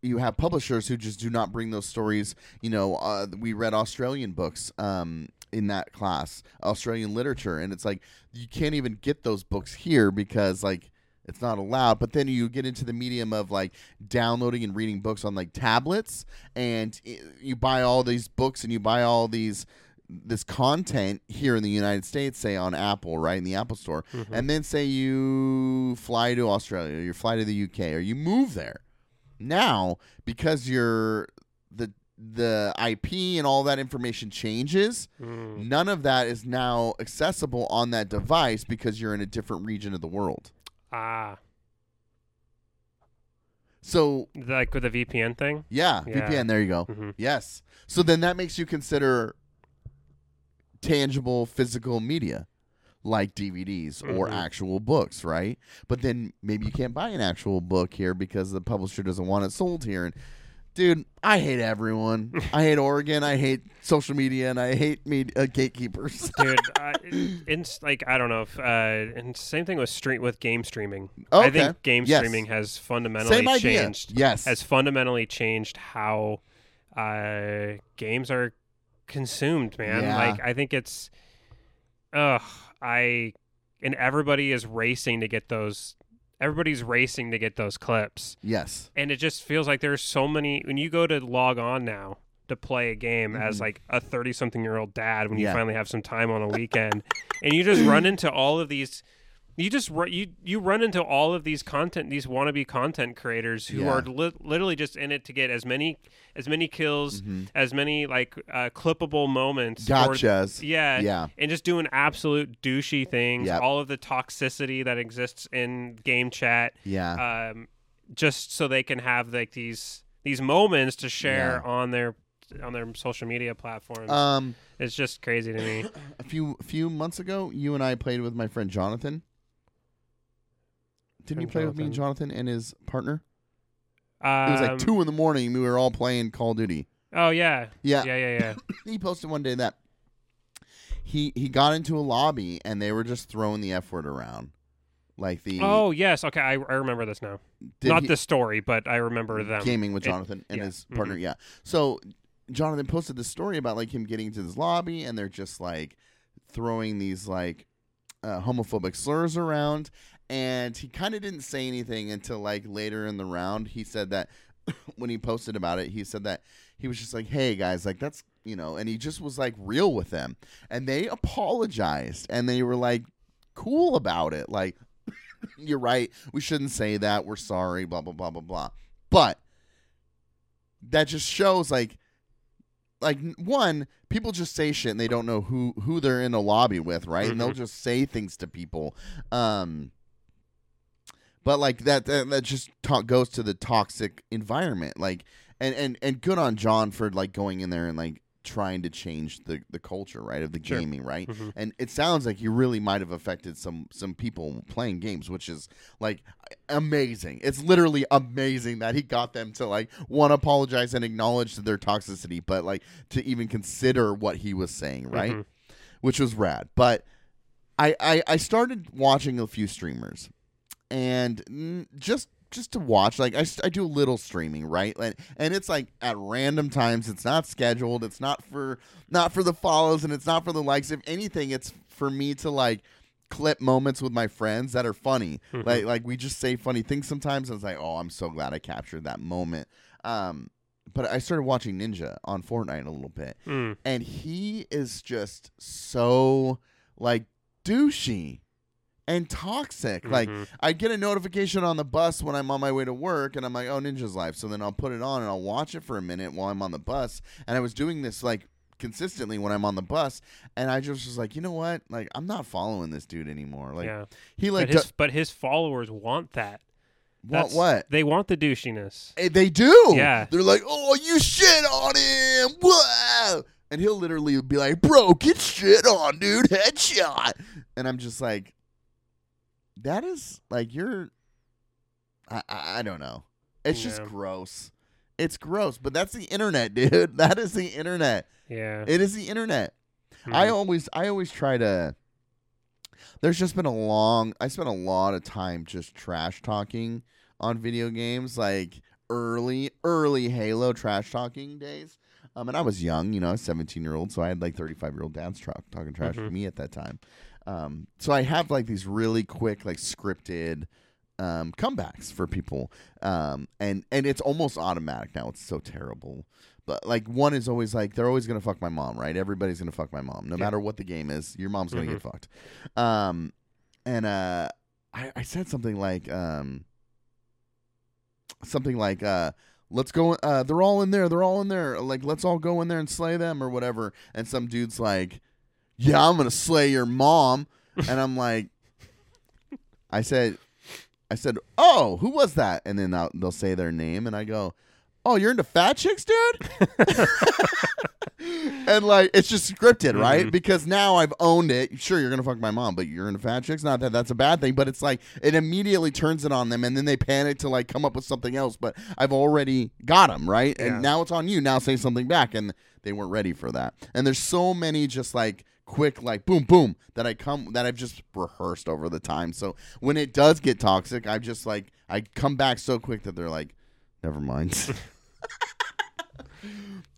You have publishers who just do not bring those stories. You know, uh, we read Australian books um, in that class, Australian literature, and it's like you can't even get those books here because like it's not allowed. But then you get into the medium of like downloading and reading books on like tablets, and i- you buy all these books and you buy all these this content here in the United States, say on Apple, right in the Apple Store, Mm-hmm. and then say you fly to Australia, or you fly to the UK, or you move there. Now, because you're the the IP and all that information changes, Mm. None of that is now accessible on that device because you're in a different region of the world. Ah. So, Like with the VPN thing? yeah, Yeah. VPN, there you go. hmm Yes. So then that makes you consider tangible physical media like DVDs or Mhm. actual books, right? But then maybe you can't buy an actual book here because the publisher doesn't want it sold here and dude, I hate <laughs> everyone. I hate Oregon, I hate social media and I hate me- uh, gatekeepers. <laughs> Dude, I, it's like I don't know. If, uh, and same thing with stream with game streaming. I Okay. think game Yes. streaming has fundamentally Same idea. changed. Yes. has fundamentally changed how uh, games are consumed, man. Yeah. Like I think it's ugh, I and everybody is racing to get those everybody's racing to get those clips. yes. And it just feels like there's so many when you go to log on now to play a game as like a 30 something year old dad when Mm-hmm. Yeah. you finally have some time on a weekend and you just run into all of these you just ru- you you run into all of these content these wannabe content creators who Yeah. are li- literally just in it to get as many as many kills Mm-hmm. as many like uh, clippable moments or- Gotchas. yeah Yeah. and just doing absolute douchey things Yep. all of the toxicity that exists in game chat Yeah. um, just so they can have like these these moments to share on their on their social media platforms. Um, it's just crazy to <laughs> me. a few few months ago, you and I played with my friend Jonathan. Didn't you Friend play with me, Jonathan, and his partner? Um, It was like two in the morning. We were all playing Call of Duty. Oh yeah. Yeah. Yeah. Yeah. Yeah. <laughs> He posted one day that he he got into a lobby and they were just throwing the f word around, like <clears throat> the oh yes. Okay. I, I remember this now. did Not he- this story, but I remember them. gaming with It- Jonathan and yeah, his mhm. partner. Yeah. So Jonathan posted this story about like him getting into this lobby and they're just like throwing these like uh, homophobic slurs around, and he kind of didn't say anything until like later in the round. He said that <coughs> when he posted about it, he said that he was just like, "Hey guys, like that's." You know, and he just was like real with them, and they apologized, and they were like cool about it. Like, <laughs> you're right. We shouldn't say that. We're sorry, blah, blah, blah, blah, blah. But that just shows like like one, people just say shit and they don't know who who they're in a lobby with, right? And they'll Mhm. just say things to people. Um but like that that, that just to goes to the toxic environment. Like and and and good on John for like going in there and like trying to change the the culture, right? Of the Sure. gaming, right? Mhm. and it sounds like you really might have affected some some people playing games which is like amazing it's literally amazing that he got them to like one apologize and acknowledge their toxicity but like to even consider what he was saying right Mhm. which was rad but I, I i started watching a few streamers and mm, just just to watch like I, s- I do a little streaming right and, and it's like at random times it's not scheduled it's not for not for the follows and it's not for the likes if anything it's for me to like clip moments with my friends that are funny like like we just say funny things sometimes and it's like oh i'm so glad i captured that moment um but i started watching ninja on fortnite a little bit Mm. and he is just so like douchey and toxic. Like Mhm. I get a notification on the bus when I'm on my way to work, and I'm like, "Oh, Ninja's Life." So then I'll put it on and I'll watch it for a minute while I'm on the bus. And I was doing this like consistently when I'm on the bus, and I just was like, "You know what? Like I'm not following this dude anymore." Like yeah. he But like his, but his followers want that. do- want That's- what? They want the douchiness. Eh, They do. Yeah. They're like, oh, you shit on him. Whoa. And he'll literally be like, bro, get shit on, dude. Headshot. And I'm just like, that is like, you're, I, I, I don't know. It's just Yeah. gross. It's gross, but that's the internet, <laughs> dude. That is the internet. Yeah. It is the internet. I Mhm. always I always try to there's just been a long I spent a lot of time just trash talking on video games like early early Halo trash talking days. Um and I was young, you know, I was 17 year old, so I had like 35 year old dads tra- talking trash to Mhm. me at that time. Um so I have like these really quick like scripted um comebacks for people. Um and and it's almost automatic now. It's so terrible but like one is always like they're always gonna fuck my mom, right? Everybody's gonna fuck my mom, no Yeah. matter what the game is. Your mom's gonna get fucked. Um, and uh, I, I said something like um, something like uh, let's go. Uh, they're all in there. They're all in there. Like let's all go in there and slay them or whatever. And some dude's like, yeah, I'm gonna slay your mom, and I'm like, I said. I said, "Oh, who was that?" And then they'll, they'll say their name, and I go, "Oh, you're into fat chicks, dude." and like it's just scripted, right? Mhm. Because now I've owned it. Sure, you're gonna fuck my mom, but you're into fat chicks. Not that that's a bad thing, but it's like it immediately turns it on them, and then they panic to like come up with something else. But I've already got them right, Yeah. and now it's on you. Now say something back, and they weren't ready for that. And there's so many just like quick like boom boom that I come that I've just rehearsed over the time. So when it does get toxic, I'm just like I come back so quick that they're like, never mind.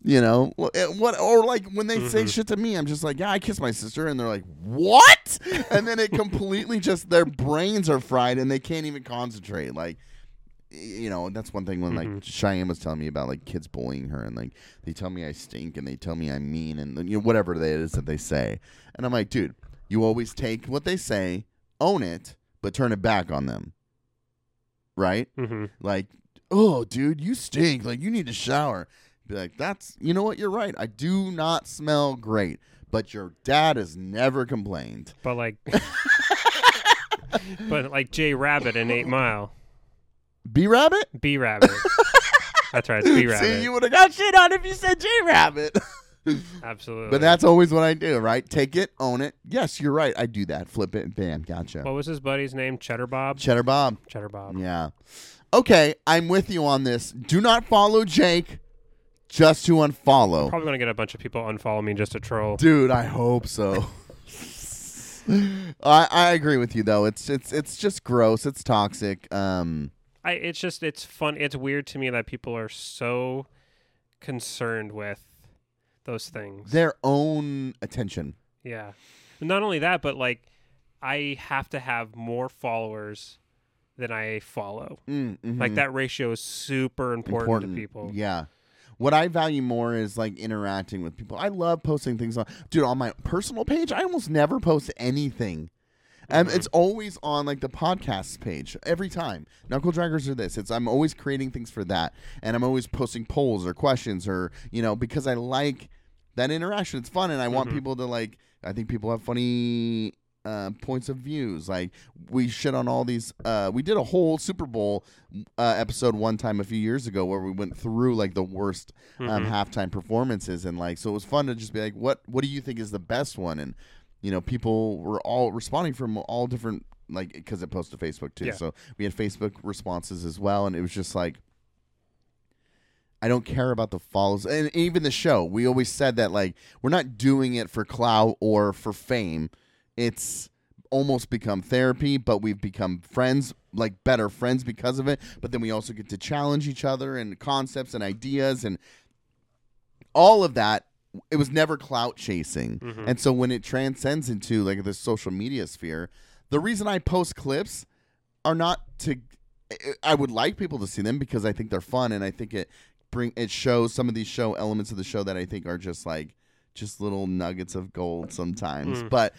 You know, Wh- eh, what or like when they say shit to me, I'm just like, yeah, I kissed my sister, and they're like, what? And then it completely just their brains are fried and they can't even concentrate. Like, y- you know, that's one thing when like Cheyenne was telling me about like kids bullying her and like they tell me I stink and they tell me I'm mean and you know whatever it is that they say, and I'm like, dude, you always take what they say, own it, but turn it back on them, right? Mhm. like, oh, dude, you stink. Like, you need to shower. Be like, that's, you know what? You're right. I do not smell great, but your dad has never complained. But <laughs> like. but like Jay Rabbit in Eight Mile, B Rabbit? <laughs> B Rabbit. That's right. It's B See, Rabbit. you would have got shit on if you said J Rabbit. <laughs> Absolutely. but that's always what I do, right? Take it, own it. Yes, you're right. I do that. Flip it and bam, gotcha. what was his buddy's name? Cheddar Bob. Cheddar Bob. Cheddar Bob. Yeah. Okay, I'm with you on this. Do not follow Jake, just to unfollow. Probably gonna get a bunch of people unfollow me just to troll. Dude, I hope so. I I agree with you though. It's it's it's just gross. It's toxic. Um I. It's just it's fun. It's weird to me that people are so concerned with those things. their own attention. Yeah. Not only that, but like I have to have more followers than I follow. Mm, mhm. Like that ratio is super important, to people. Yeah. What I value more is like interacting with people. I love posting things on dude, on my personal page, I almost never post anything. Mm-hmm. Um, it's always on like the podcast page every time. Knuckle draggers are this. It's I'm always creating things for that, and I'm always posting polls or questions or you know because I like that interaction. It's fun, and I want Mm-hmm. people to like. I think people have funny uh, points of views. Like we shit on all these. Uh, we did a whole Super Bowl uh, episode one time a few years ago where we went through like the worst um, Mm-hmm. halftime performances and like so it was fun to just be like, what What do you think is the best one? And you know, people were all responding from all different like because it posted to Facebook too. Yeah. So we had Facebook responses as well, and it was just like. I don't care about the follows. And even the show, we always said that like we're not doing it for clout or for fame. It's almost become therapy, but we've become friends, like better friends because of it. But then we also get to challenge each other and concepts and ideas and all of that. It was never clout chasing. And so when it transcends into like the social media sphere, the reason I post clips are not to I would like people to see them because I think they're fun and I think it bring it shows some of these show elements of the show that I think are just like just little nuggets of gold sometimes. But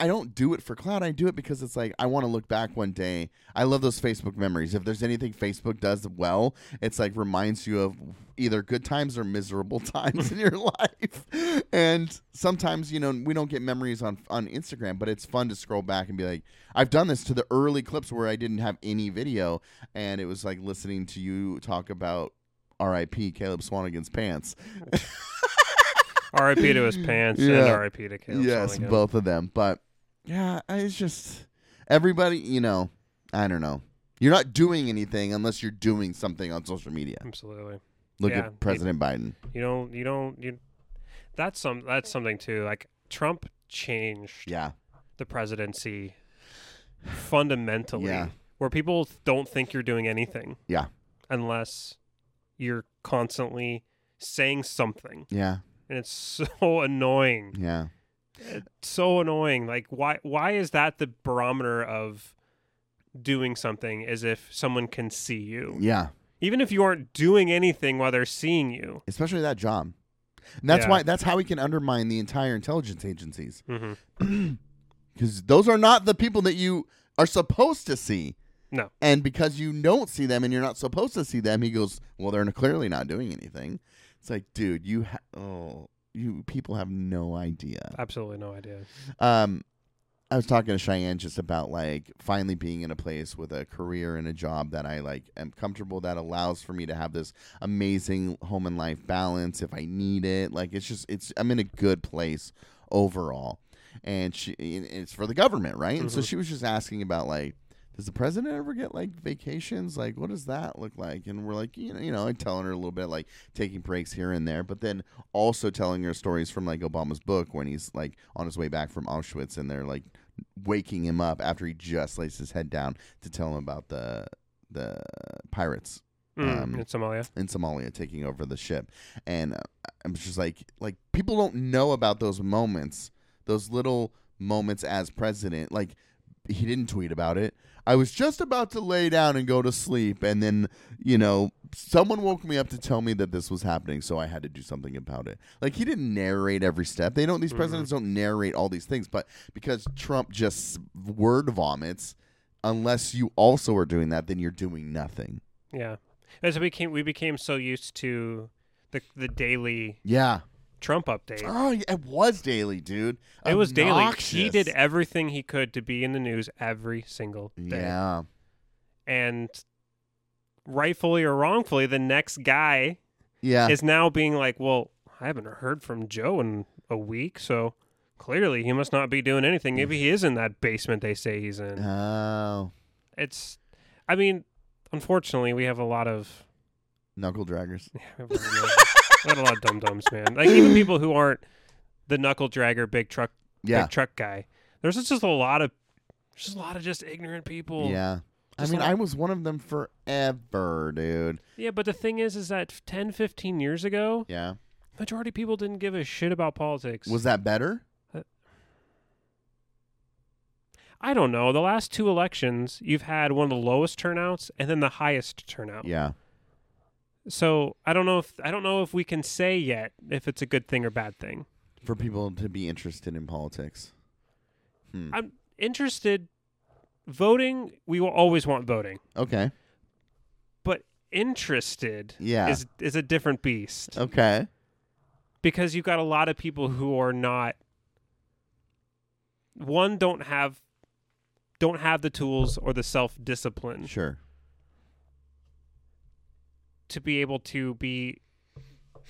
I don't do it for cloud. I do it because it's like I want to look back one day. I love those Facebook memories. If there's anything Facebook does well, it's like reminds you of either good times or miserable <laughs> times in your life. And sometimes, you know, we don't get memories on on Instagram, but it's fun to scroll back and be like, I've done this to the early clips where I didn't have any video and it was like listening to you talk about RIP Caleb Swanigan's pants. R.I.P. to his <laughs> pants Yeah. and R.I.P. to Oh Caleb. yes, Swanigan. both of them. But yeah, I- it's just everybody. You know, I don't know. You're not doing anything unless you're doing something on social media. Absolutely. Look Yeah, at President Biden. You don't. You don't. You. That's some. That's something too. Like Trump changed Yeah, the presidency fundamentally, Yeah. where people don't think you're doing anything yeah, unless you're constantly saying something. yeah, and it's <laughs> so annoying. yeah. It's so annoying. Like why why is that the barometer of doing something is if someone can see you. Yeah, Even if you aren't doing anything while they're seeing you. especially that job. And that's Yeah. why. That's how we can undermine the entire intelligence agencies Mhm. because those are not the people that you are supposed to see. No. And because you don't see them and you're not supposed to see them, he goes, "Well, they're clearly not doing anything." It's like, dude, you ha- oh, you people have no idea. Absolutely no idea. Um, I was talking to Cheyenne just about like finally being in a place with a career and a job that I like am comfortable that allows for me to have this amazing home and life balance if I need it. Like it's just it's I'm in a good place overall, and she and it's for the government, right? And so she was just asking about like. Does the president ever get like vacations? Like, what does that look like? And we're like, you know, you know, I'm telling her a little bit, like taking breaks here and there, but then also telling her stories from like Obama's book when he's like on his way back from Auschwitz and they're like waking him up after he just lays his head down to tell him about the the pirates Mm, Um, in Somalia. in Somalia taking over the ship, and uh, I'm just like, like people don't know about those moments, those little moments as president. Like he didn't tweet about it. I was just about to lay down and go to sleep, and then you know someone woke me up to tell me that this was happening, so I had to do something about it. Like he didn't narrate every step. They don't. These presidents don't narrate all these things, but because Trump just word vomits. Unless you also are doing that, then you're doing nothing. Yeah. As we became we became so used to the the daily Yeah. Trump update. Oh, yeah, it was daily, dude. It was daily. He Obnoxious. did everything he could to be in the news every single day. Yeah, and rightfully or wrongfully, the next guy Yeah. is now being like, well, I haven't heard from Joe in a week, so clearly he must not be doing anything. Maybe he is in that basement they say he's in. oh, It's, I mean, unfortunately, we have a lot of knuckle draggers. we <laughs> had a lot of dum dums, man. Like <gasps> even people who aren't the knuckle dragger, big truck, Yeah. big truck guy. There's just a lot of, just a lot of just ignorant people. Yeah. I Just mean, like- I was one of them forever, dude. Yeah, but the thing is, is that 10, 15 years ago, Yeah. majority of people didn't give a shit about politics. Was that better? I don't know. The last two elections, you've had one of the lowest turnouts and then the highest turnout. Yeah. So I don't know if I don't know if we can say yet if it's a good thing or bad thing. For people to be interested in politics. Hmm. I'm interested. Voting, we will always want voting, Okay. but interested Yeah. Oh. is is a different beast Okay. because you've got a lot of people who are not one don't have don't have the tools or the self discipline Sure. to be able to be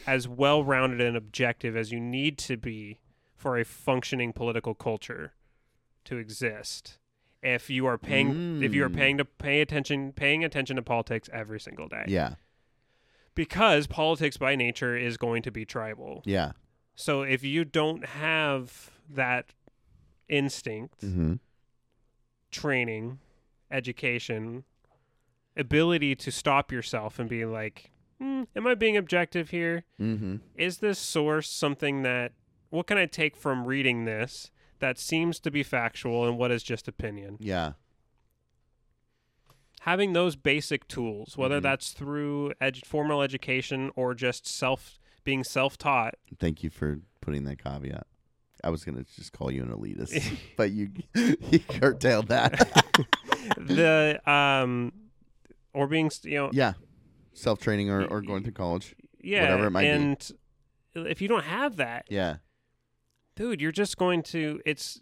as well rounded and objective as you need to be for a functioning political culture to exist if you are paying if you are Mm. paying to pay attention paying attention to politics every single day Yeah. because politics by nature is going to be tribal Yeah. so if you don't have that instinct Mm-hmm. training, education, ability to stop yourself and be like, hmm, am I being objective here? Mm-hmm. Is this source something that, what can I take from reading this that seems to be factual and what is just opinion? Yeah. Having those basic tools, whether Mhm. that's through edu- formal education or just self being self taught, Thank you for putting that caveat. I was gonna just call you an elitist, <laughs> but you <laughs> you curtailed that. <laughs> the, um, or being, s- you know, yeah, self training or, or going through college. yeah, whatever it might be. and if you don't have that, Yeah, dude you're just going to it's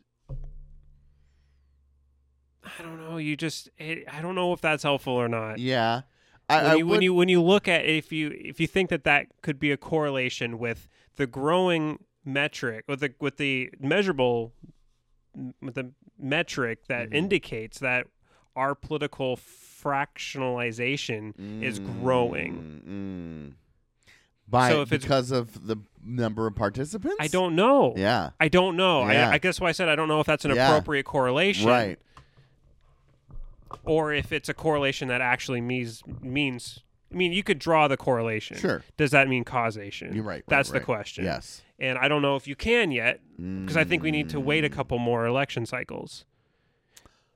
i don't know you just it, i don't know if that's helpful or not yeah. I, when, I you, would, when you when you look at if you if you think that that could be a correlation with the growing metric with the with the measurable with the metric Mm-hmm. that indicates that our political fractionalization is growing Mm, mm. By So if it's- because of the number of participants. i don't know Yeah. i don't know Yeah. I, I guess why i said i don't know if that's an Yeah. appropriate correlation Right. or if it's a correlation that actually means means I mean you could draw the correlation. Sure. Does that mean causation? You're right. right, That's the right. question. Yes. And I don't know if you can yet because I think we need to Mm. wait a couple more election cycles.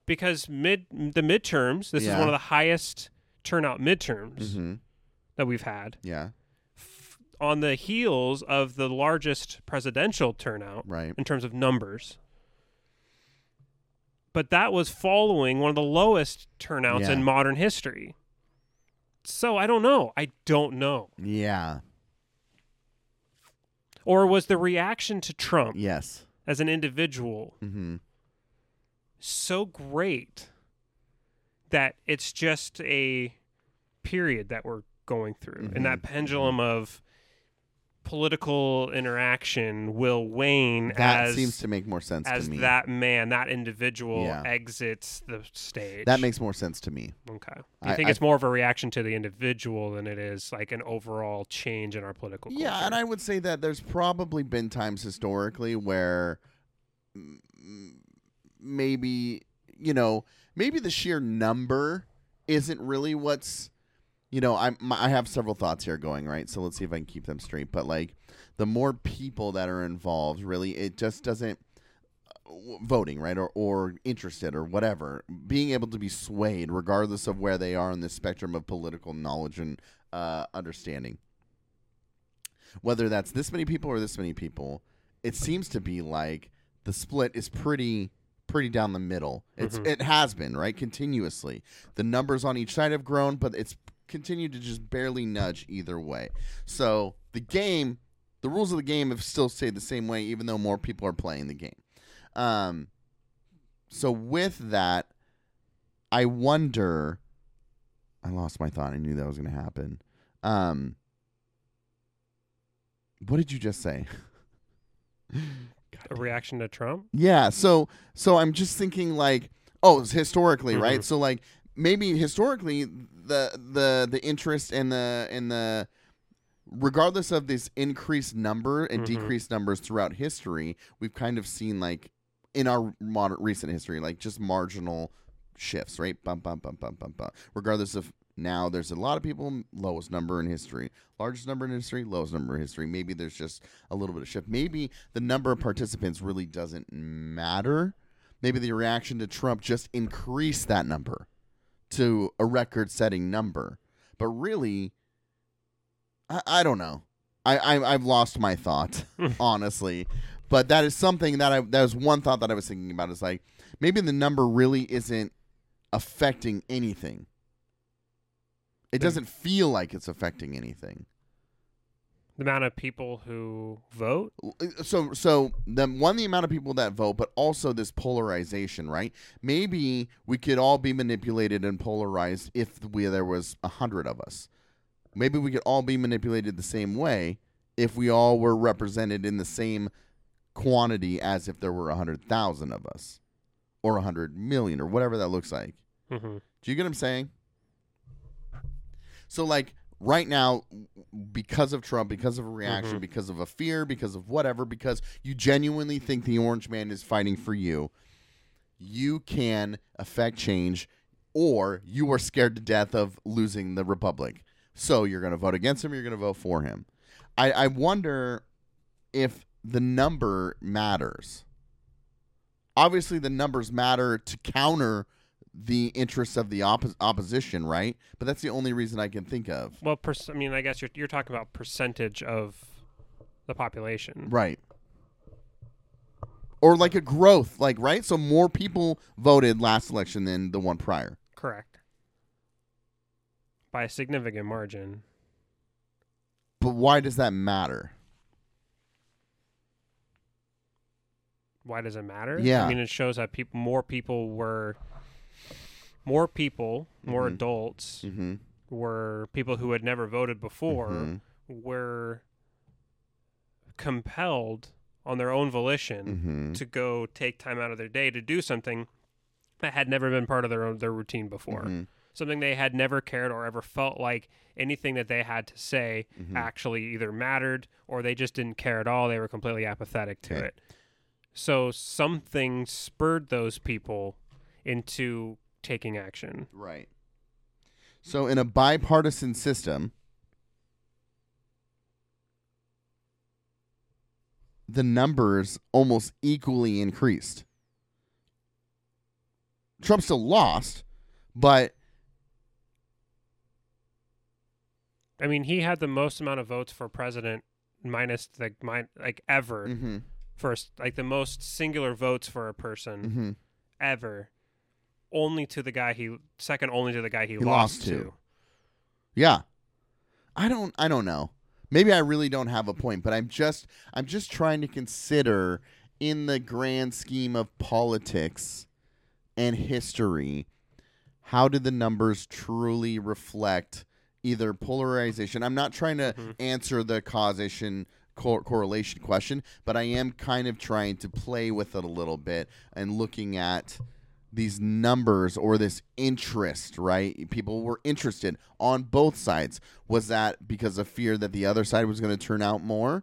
Because mid the midterms, this is Yeah. one of the highest turnout midterms Mm-hmm. that we've had Yeah. f- on the heels of the largest presidential turnout Right. in terms of numbers. But that was following one of the lowest turnouts Yeah. in modern history. So I don't know. I don't know. Yeah. Or was the reaction to Trump Yes. as an individual Mm-hmm. so great that it's just a period that we're going through? Mm-hmm. And that pendulum of political interaction will wane That as seems to make more sense as to me. that man, that individual Yeah. exits the stage. that makes more sense to me. okay. You I- think I- it's more of a reaction to the individual than it is like an overall change in our political culture. Yeah, and I would say that there's probably been times historically where mm, maybe, you know, maybe the sheer number isn't really what's you know, I my, I have several thoughts here going right, so let's see if I can keep them straight. But like, the more people that are involved, really, it just doesn't uh, w- voting right or, or interested or whatever being able to be swayed regardless of where they are in the spectrum of political knowledge and uh, understanding whether that's this many people or this many people it seems to be like the split is pretty pretty down the middle it's it has been right continuously the numbers on each side have grown but it's continued to just barely nudge either way so the game the rules of the game have still stayed the same way even though more people are playing the game um, so with that, I wonder I lost my thought. I knew that was going to happen. Um, what did you just say? A reaction to Trump? Yeah. So so I'm just thinking like, oh, it's historically, right? Mhm. So like maybe historically the the the interest and the and the regardless of this increased number and Mhm. decreased numbers throughout history, we've kind of seen like in our modern recent history, like just marginal shifts, right? Bum bum bum bum bum bum. Regardless of now, there's a lot of people lowest number in history, largest number in history, lowest number in history. Maybe there's just a little bit of shift. Maybe the number of participants really doesn't matter. Maybe the reaction to Trump just increased that number to a record-setting number. But really, I, I don't know. I, I I've lost my thought, honestly. But that is something that I that was one thought that I was thinking about. Is like maybe the number really isn't affecting anything. It Yeah. doesn't feel like it's affecting anything. The amount of people who vote? so so the one the amount of people that vote but also this polarization right maybe we could all be manipulated and polarized if we there was a hundred of us maybe we could all be manipulated the same way if we all were represented in the same quantity as if there were a hundred thousand of us or a hundred million or whatever that looks like hmm do you get what I'm saying? So like right now because of Trump, because of a reaction, because of a fear, because of whatever, because you genuinely think the orange man is fighting for you, you can affect change or you are scared to death of losing the republic. So you're going to vote against him, or you're going to vote for him. I I wonder if the number matters. Obviously the numbers matter to counter the interests of the oppos opposition, right? But that's the only reason I can think of. Well, per- I mean, I guess you're, you're talking about percentage of the population. Right. Or like a growth, like right? So more people voted last election than the one prior. Correct. By a significant margin. But why does that matter? Why does it matter? Yeah. I mean, it shows that people, more people were, more people, more Mhm. adults Mm-hmm. were people who had never voted before Mhm. were compelled on their own volition Mm-hmm. to go take time out of their day to do something that had never been part of their own their routine before. Mhm. Something they had never cared or ever felt like anything that they had to say Mm-hmm. actually either mattered or they just didn't care at all. They were completely apathetic to Okay. it. So something spurred those people into taking action. Right. So in a bipartisan system, the numbers almost equally increased. Trump still lost, but I mean, he had the most amount of votes for president minus the min- like ever mm-hmm, first like the most singular votes for a person mm-hmm. ever, only to the guy he second only to the guy he, He lost to. Yeah. I don't I don't know. Maybe I really don't have a point, but I'm just I'm just trying to consider in the grand scheme of politics and history how do the numbers truly reflect either polarization? I'm not trying to Mhm. answer the causation cor- correlation question, but I am kind of trying to play with it a little bit and looking at these numbers or this interest, right? People were interested on both sides. Was that because of fear that the other side was going to turn out more?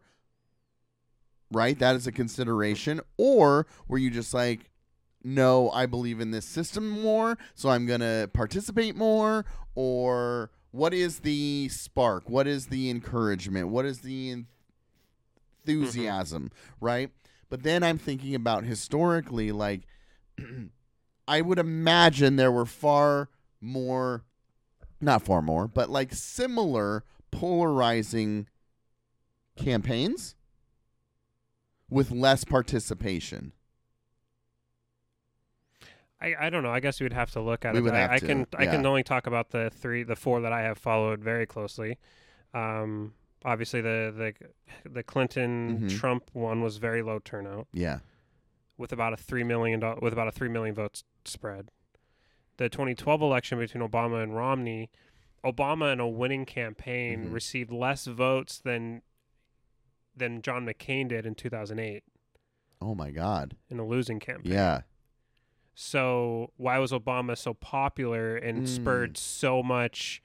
Right? That is a consideration. Or were you just like, no, I believe in this system more, so I'm going to participate more? Or what is the spark? What is the encouragement? What is the enthusiasm, right? But then I'm thinking about historically, like, <clears throat> I would imagine there were far more, not far more, but like similar polarizing campaigns with less participation. I, I don't know. I guess we would have to look at We it. would I, have I to, can I can yeah. only talk about the three the four that I have followed very closely. Um, obviously the the the Clinton Mhm. Trump one was very low turnout Yeah. with about a three million do- with about a three million votes spread. The 2012 election between Obama and Romney Obama in a winning campaign Mhm. received less votes than than John McCain did in 2008 Oh my God. in a losing campaign. Yeah. So why was Obama so popular and Mm. spurred so much?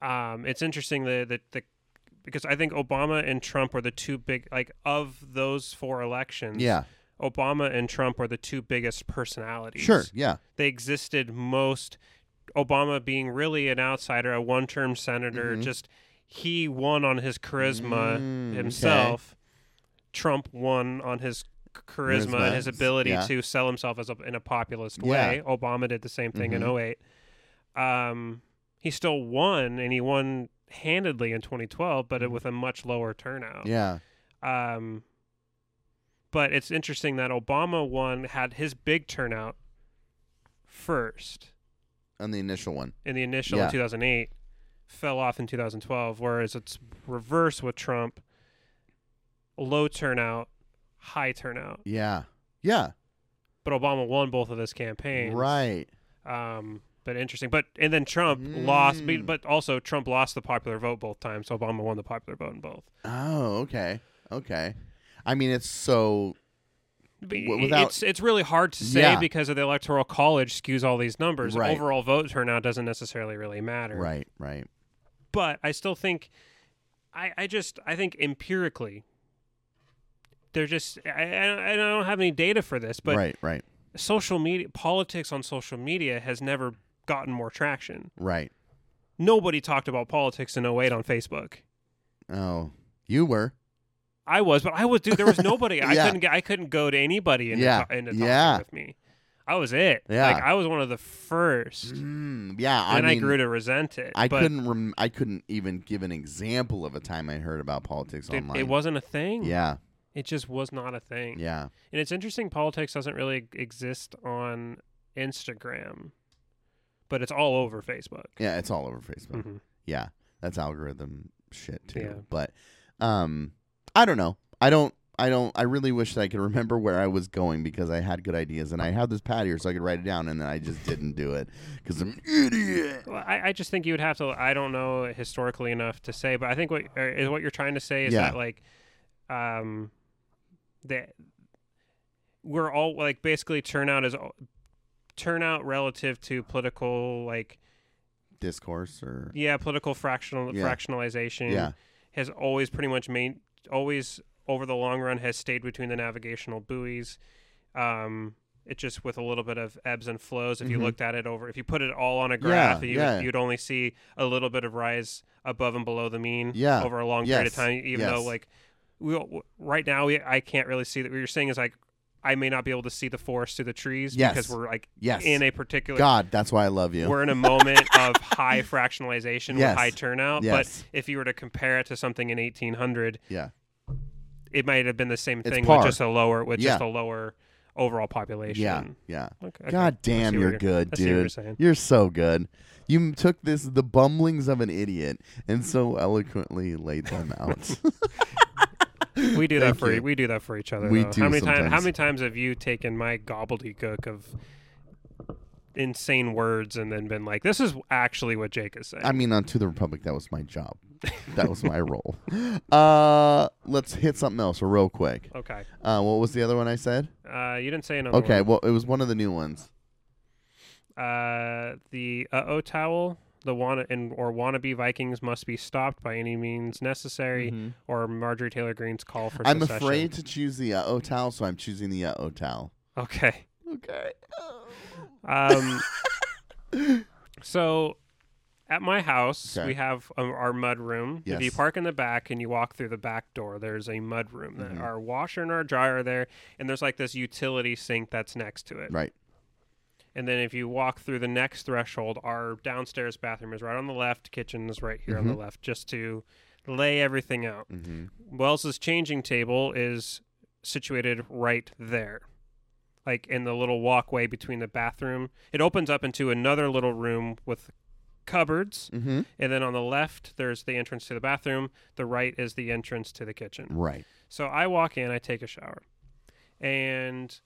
Um, it's interesting that the, the because I think Obama and Trump are the two big like of those four elections. Yeah. Obama and Trump are the two biggest personalities. Sure. Yeah. they existed most. Obama being really an outsider, a one-term senator, Mhm. just he won on his charisma Mm, okay. himself. Trump won on his c- charisma, Charisma, and his ability yeah. to sell himself as a, in a populist Yeah. Mm-hmm. way. Obama did the same thing in 08. Um, he still won, and he won handedly in 2012, but Mm. with a much lower turnout. Yeah. Um, but it's interesting that Obama won had his big turnout first On the initial one. in the initial Yeah. in 2008, fell off in 2012, whereas it's reverse with Trump. Low turnout, high turnout. Yeah. Yeah. But Obama won both of those campaigns. Right. Um, but interesting. But and then Trump lost, Mm. but also Trump lost the popular vote both times. So Obama won the popular vote in both. Oh, okay. Okay. I mean, it's so. But W- without- it's it's really hard to say Yeah. because of the electoral college skews all these numbers. Right. Overall vote turnout doesn't necessarily really matter. Right. Right. But I still think I, I just I think empirically they're just I, I, I don't have any data for this, but right. Right. social media politics on social media has never gotten more traction. Right. Nobody talked about politics in 08 on Facebook. Oh, you were. I was, but I was dude. There was nobody. <laughs> I Yeah. couldn't get. I couldn't go to anybody into, Yeah. ta- into talking Yeah. with me. I was it. Yeah. Like I was one of the first, and Mm, yeah. I I, mean, grew to resent it. I but couldn't. Rem- I couldn't even give an example of a time I heard about politics It, online. it wasn't a thing. Yeah. It just was not a thing. Yeah. And it's interesting. Politics doesn't really e, exist on Instagram, but it's all over Facebook. Yeah. It's all over Facebook. Mhm. Yeah, that's algorithm shit too. Yeah. But um I don't know. I don't I don't I really wish that I could remember where I was going because I had good ideas and I had this pad here so I could write it down and then I just didn't do it cuz I'm an idiot. Well, I, I just think you would have to. I don't know historically enough to say, but I think what or is what you're trying to say is Yeah. that like, um, that we're all like basically turnout is all- turnout relative to political like Discourse or yeah political fractional Yeah. fractionalization Yeah. has always pretty much main always over the long run has stayed between the navigational buoys. Um, it just with a little bit of ebbs and flows. If you Mhm. looked at it over, if you put it all on a graph, you, yeah. you'd only see a little bit of rise above and below the mean Yeah. over a long period of Yes. time. Even though Yes. like we w- right now, we, I can't really see that. What you're saying is like I may not be able to see the forest through the trees Yes. because we're like Yes. in a particular God, that's why I love you. we're in a moment of <laughs> high fractionalization Yes. with high turnout. Yes. But if you were to compare it to something in 1800, yeah. it might have been the same It's thing par. with just a lower with just Yeah. a lower overall population. Yeah. Yeah. Okay, okay. I God see damn, what you're good, I see what you're dude. saying. You're so good. You m- took this the bumblings of an idiot and so eloquently laid them <laughs> out. We do that Thank for you. we do that for each other. We though. do how many times? How sometimes. many times have you taken my gobbledygook of insane words and then been like, "This is actually what Jake is saying." I mean, on To the Republic, that was my job. That was my role. <laughs> Uh, let's hit something else real quick. okay. Uh, what was the other one I said? Uh, you didn't say another Okay, one. well, it was one of the new ones. Uh, the uh oh towel, the wanna and or wannabe Vikings must be stopped by any means necessary, or Marjorie Taylor Greene's call for. Mm-hmm. I'm secession. afraid to choose the uh, O towel, so I'm choosing the uh, O towel. <laughs> Okay. Okay. <laughs> Um, so at my house, Okay. we have um, our mud room. If you Yes. park in the back and you walk through the back door, there's a mud room. That Mm-hmm. Our washer and our dryer are there, and there's like this utility sink that's next to it. Right. And then if you walk through the next threshold, our downstairs bathroom is right on the left, kitchen is right here on the left, just to lay everything out. Mm-hmm. Wells's changing table is situated right there. Like in the little walkway between the bathroom. It opens up into another little room with cupboards. Mm-hmm. And then on the left, there's the entrance to the bathroom. The right is the entrance to the kitchen. Right. So I walk in, I take a shower. And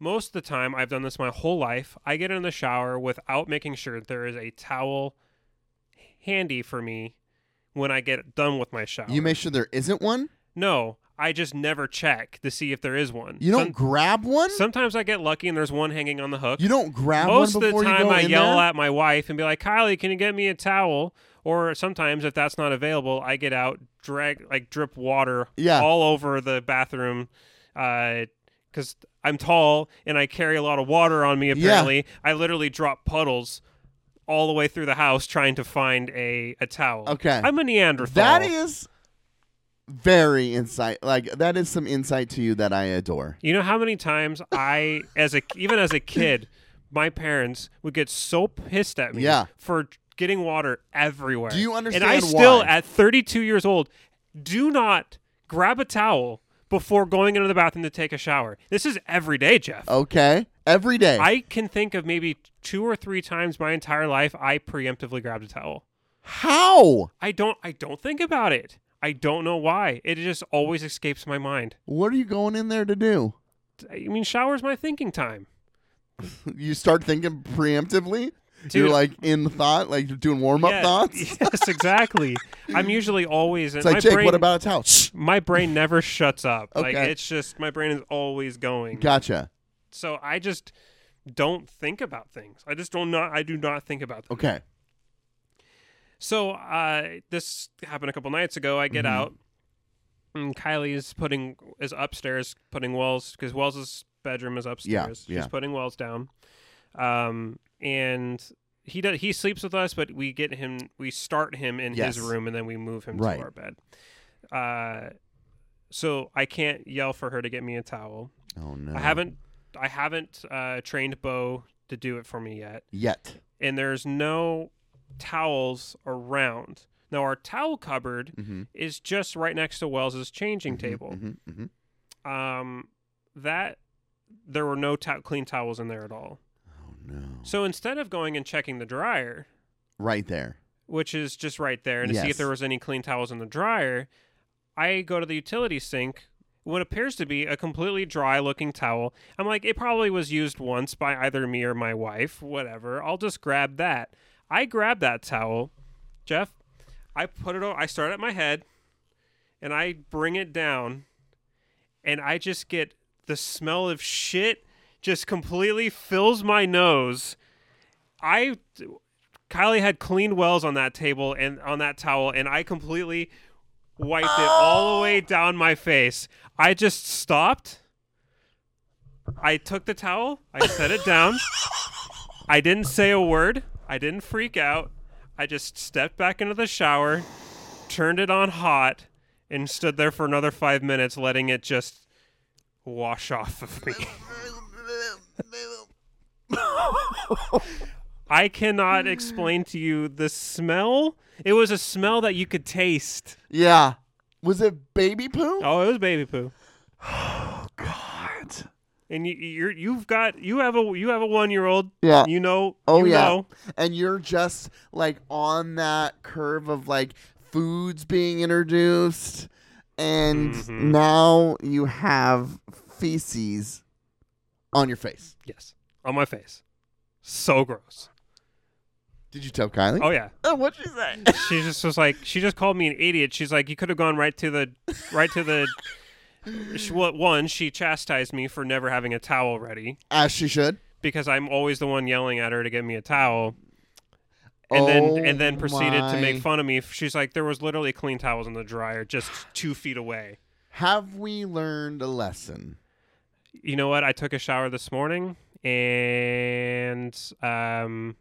most of the time, I've done this my whole life. I get in the shower without making sure there is a towel handy for me when I get done with my shower. You make sure there isn't one. no, I just never check to see if there is one. You don't Some- grab one. sometimes I get lucky and there's one hanging on the hook. you don't grab Most one of the before you time, go I in yell there? at my wife and be like, "Kylie, can you get me a towel?" Or sometimes, if that's not available, I get out, drag like drip water Yeah. all over the bathroom, because I'm tall and I carry a lot of water on me. Apparently, I literally drop puddles all the way through the house trying to find a a towel. Okay. I'm a Neanderthal. That is very insight. Like that is some insight to you that I adore. You know how many times I, as a even as a kid, my parents would get so pissed at me Yeah. for getting water everywhere. Do you understand And I why? still, at 32 years old, do not grab a towel before going into the bathroom to take a shower. This is every day, Jeff. Okay, every day. I can think of maybe two or three times my entire life I preemptively grabbed a towel. How? I don't. I don't think about it. I don't know why. It just always escapes my mind. What are you going in there to do? <laughs> I mean, shower's my thinking time. You start thinking preemptively. You're Dude. like in thought, like you're doing warm up Yeah, <laughs> thoughts. Yes, exactly. I'm usually always. It's like my Jake, brain, what about a towel? Shh. My brain never shuts up. Like Okay. it's just my brain is always going. Gotcha. So I just don't think about things. I just don't not. I do not think about them. Okay. So uh, this happened a couple nights ago. I Mm-hmm. get out, and Kylie is putting is upstairs putting Wells because Wells's bedroom is upstairs. yeah. She's putting Wells down, um, and he does he sleeps with us, but we get him we start him in Yes. his room and then we move him Right. to our bed. Uh, so I can't yell for her to get me a towel. Oh no. I haven't I haven't uh, trained Bo to do it for me yet yet. and there's no towels around. Now our towel cupboard Mm-hmm. is just right next to Wells's changing table. hmm hmm Um, that there were no to- clean towels in there at all. Oh no. So instead of going and checking the dryer, Right there. which is just right there, and to see Yes. if there was any clean towels in the dryer, I go to the utility sink. What appears to be a completely dry looking towel. I'm like, it probably was used once by either me or my wife, whatever. I'll just grab that. I grab that towel, Jeff. I put it on, I start at my head and I bring it down, and I just get the smell of shit just completely fills my nose. I Kylie had clean wells on that table and on that towel, and I completely wiped it all the way down my face. I just stopped. I took the towel, I set it down. I didn't say a word. I didn't freak out. I just stepped back into the shower, turned it on hot, and stood there for another five minutes, letting it just wash off of me. I cannot explain to you the smell. It was a smell that you could taste. Yeah. Was it baby poo? Oh, it was baby poo. And you, you're you've got you have a you have a one year old. Yeah. You know. Oh you yeah. know. And you're just like on that curve of like foods being introduced and Mhm. now you have feces on your face. Yes. On my face. So gross. Did you tell Kylie? Oh yeah. Oh, what'd she say? She just was like she just called me an idiot. She's like you could have gone right to the right to the. She, well, one, she chastised me for never having a towel ready As she should. because I'm always the one yelling at her to get me a towel. and then and then Oh proceeded to my- make fun of me. She's like, there was literally clean towels in the dryer, just two feet away. Have we learned a lesson? You know what? I took a shower this morning, and um,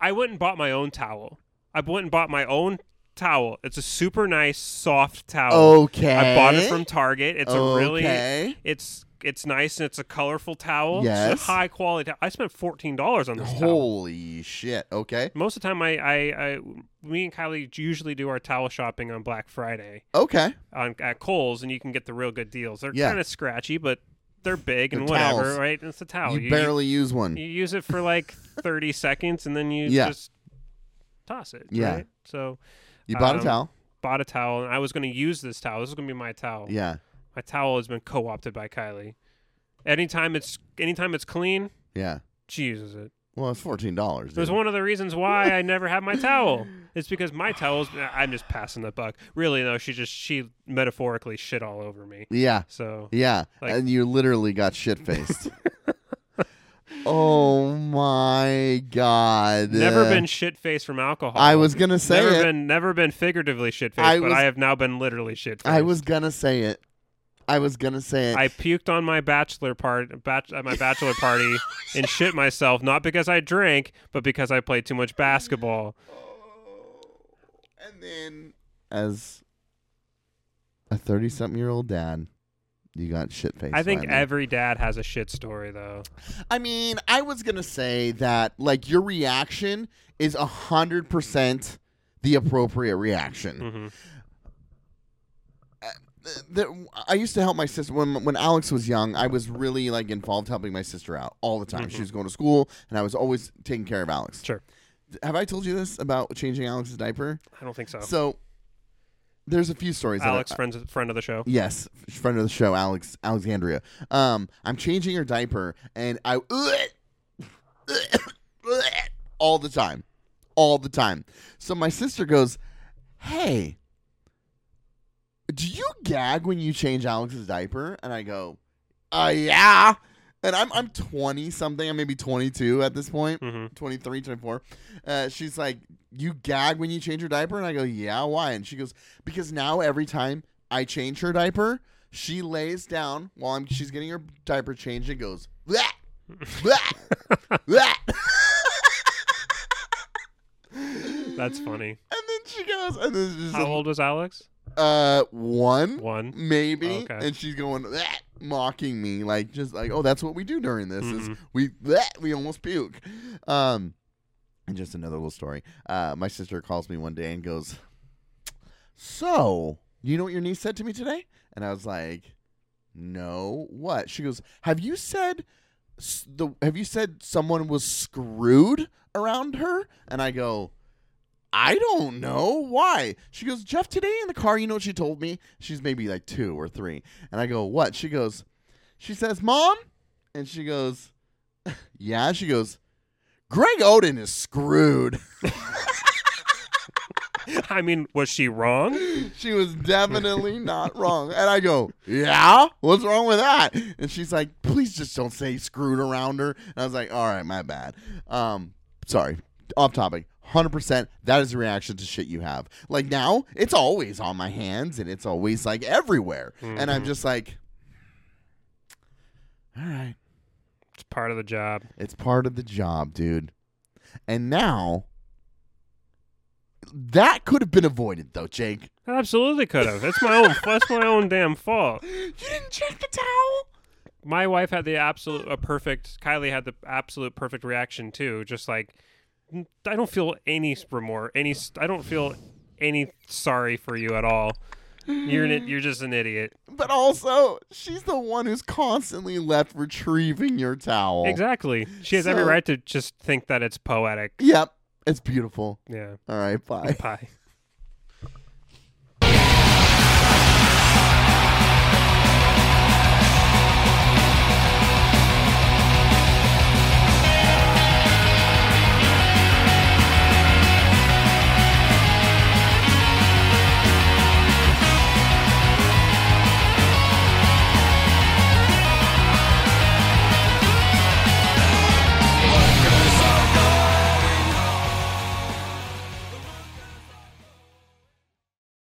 I went and bought my own towel. I went and bought my own towel. It's a super nice soft towel. Okay. Oh, I bought it from Target. It's a really Okay. it's it's nice and it's a colorful towel. Yes. It's a high quality. towel. I spent fourteen dollars on this towel. Holy shit. Okay. Most of the time, I, I, I, me and Kylie usually do our towel shopping on Black Friday Okay. on at Kohl's, and you can get the real good deals. They're Yeah. kind of scratchy, but they're big and They're whatever, towels. right? It's a towel. you, barely use one. you use it for like thirty seconds, and then you Yeah. just toss it. Yeah. right? So you bought a um, towel. bought a towel, and I was going to use this towel. This is going to be my towel. Yeah. My towel has been co-opted by Kylie. Anytime it's anytime it's clean, Yeah. she uses it. Well, it's fourteen dollars. There's one of the reasons why I never have <laughs> my towel. It's because my towels. I'm just passing the buck. Really, though, she just she metaphorically shit all over me. Yeah, So yeah, Like- and you literally got shit faced. <laughs> oh my god! never Uh, been shit faced from alcohol. I was gonna say never it. been never been figuratively shit I faced, but was- I have now been literally shit faced. I was gonna say it. I was gonna say it. I puked on my bachelor part bat, at my bachelor <laughs> party and shit myself not because I drank but because I played too much basketball. Oh, and then, as a thirty-something-year-old dad, you got shit faced. I think every dad has a shit story though. I mean, I was gonna say that like your reaction is a hundred percent the appropriate reaction. Uh, Mhm. the, I used to help my sister when when Alex was young. I was really like involved helping my sister out all the time. She was going to school, and I was always taking care of Alex. Sure. Have I told you this about changing Alex's diaper? I don't think so. So there's a few stories. that I- Oh. Alex, friend friend of the show. Yes, friend of the show, Alex Alexandria. Um, I'm changing her diaper, and I <coughs> all the time, all the time. So my sister goes, "Hey, do you gag when you change Alex's diaper?" And I go, "Uh, yeah." And I'm I'm 20 something, I'm maybe 22 at this point. Mhm. 23, 24. Uh, she's like, You gag when you change your diaper? And I go, Yeah, why? And she goes, Because now every time I change her diaper, she lays down while I'm, she's getting her diaper changed and goes, Bleh! <laughs> Bleh! Bleh!" That's funny. And then she goes, and then she's How old was Alex? uh, one, One. maybe. Okay. And she's going, Bleh! mocking me, like, just like, Oh, that's what we do during this. Is Mhm. we, Bleh! we almost puke. Um, And just another little story. Uh, my sister calls me one day and goes, So, you know what your niece said to me today? And I was like, No, what? She goes, Have you said s- the have you said someone was screwed around her? And I go, I don't know why. She goes, Jeff, today in the car, you know what she told me? She's maybe like two or three. And I go, What? She goes, She says, Mom? And she goes, <laughs> Yeah. She goes, Greg Oden is screwed. I mean, was she wrong? she was definitely not wrong. And I go, Yeah, what's wrong with that? And she's like, Please just don't say screwed around her. And I was like, All right, my bad. Um, sorry, off topic. 100% that is the reaction to shit you have. Like now, it's always on my hands and it's always like everywhere. And I'm just like, All right. It's part of the job. It's part of the job, dude. And now, that could have been avoided, though, Jake. I absolutely could have. That's my own. that's my own damn fault. <laughs> You didn't check the towel? my wife had the absolute a perfect Kylie had the absolute perfect reaction too just like n- I don't feel any remorse any s- I don't feel any sorry for you at all you're an, i- you're just an idiot But also, she's the one who's constantly left retrieving your towel. exactly she has every So- right to just think that it's poetic Yep. It's beautiful. yeah All right, bye. pie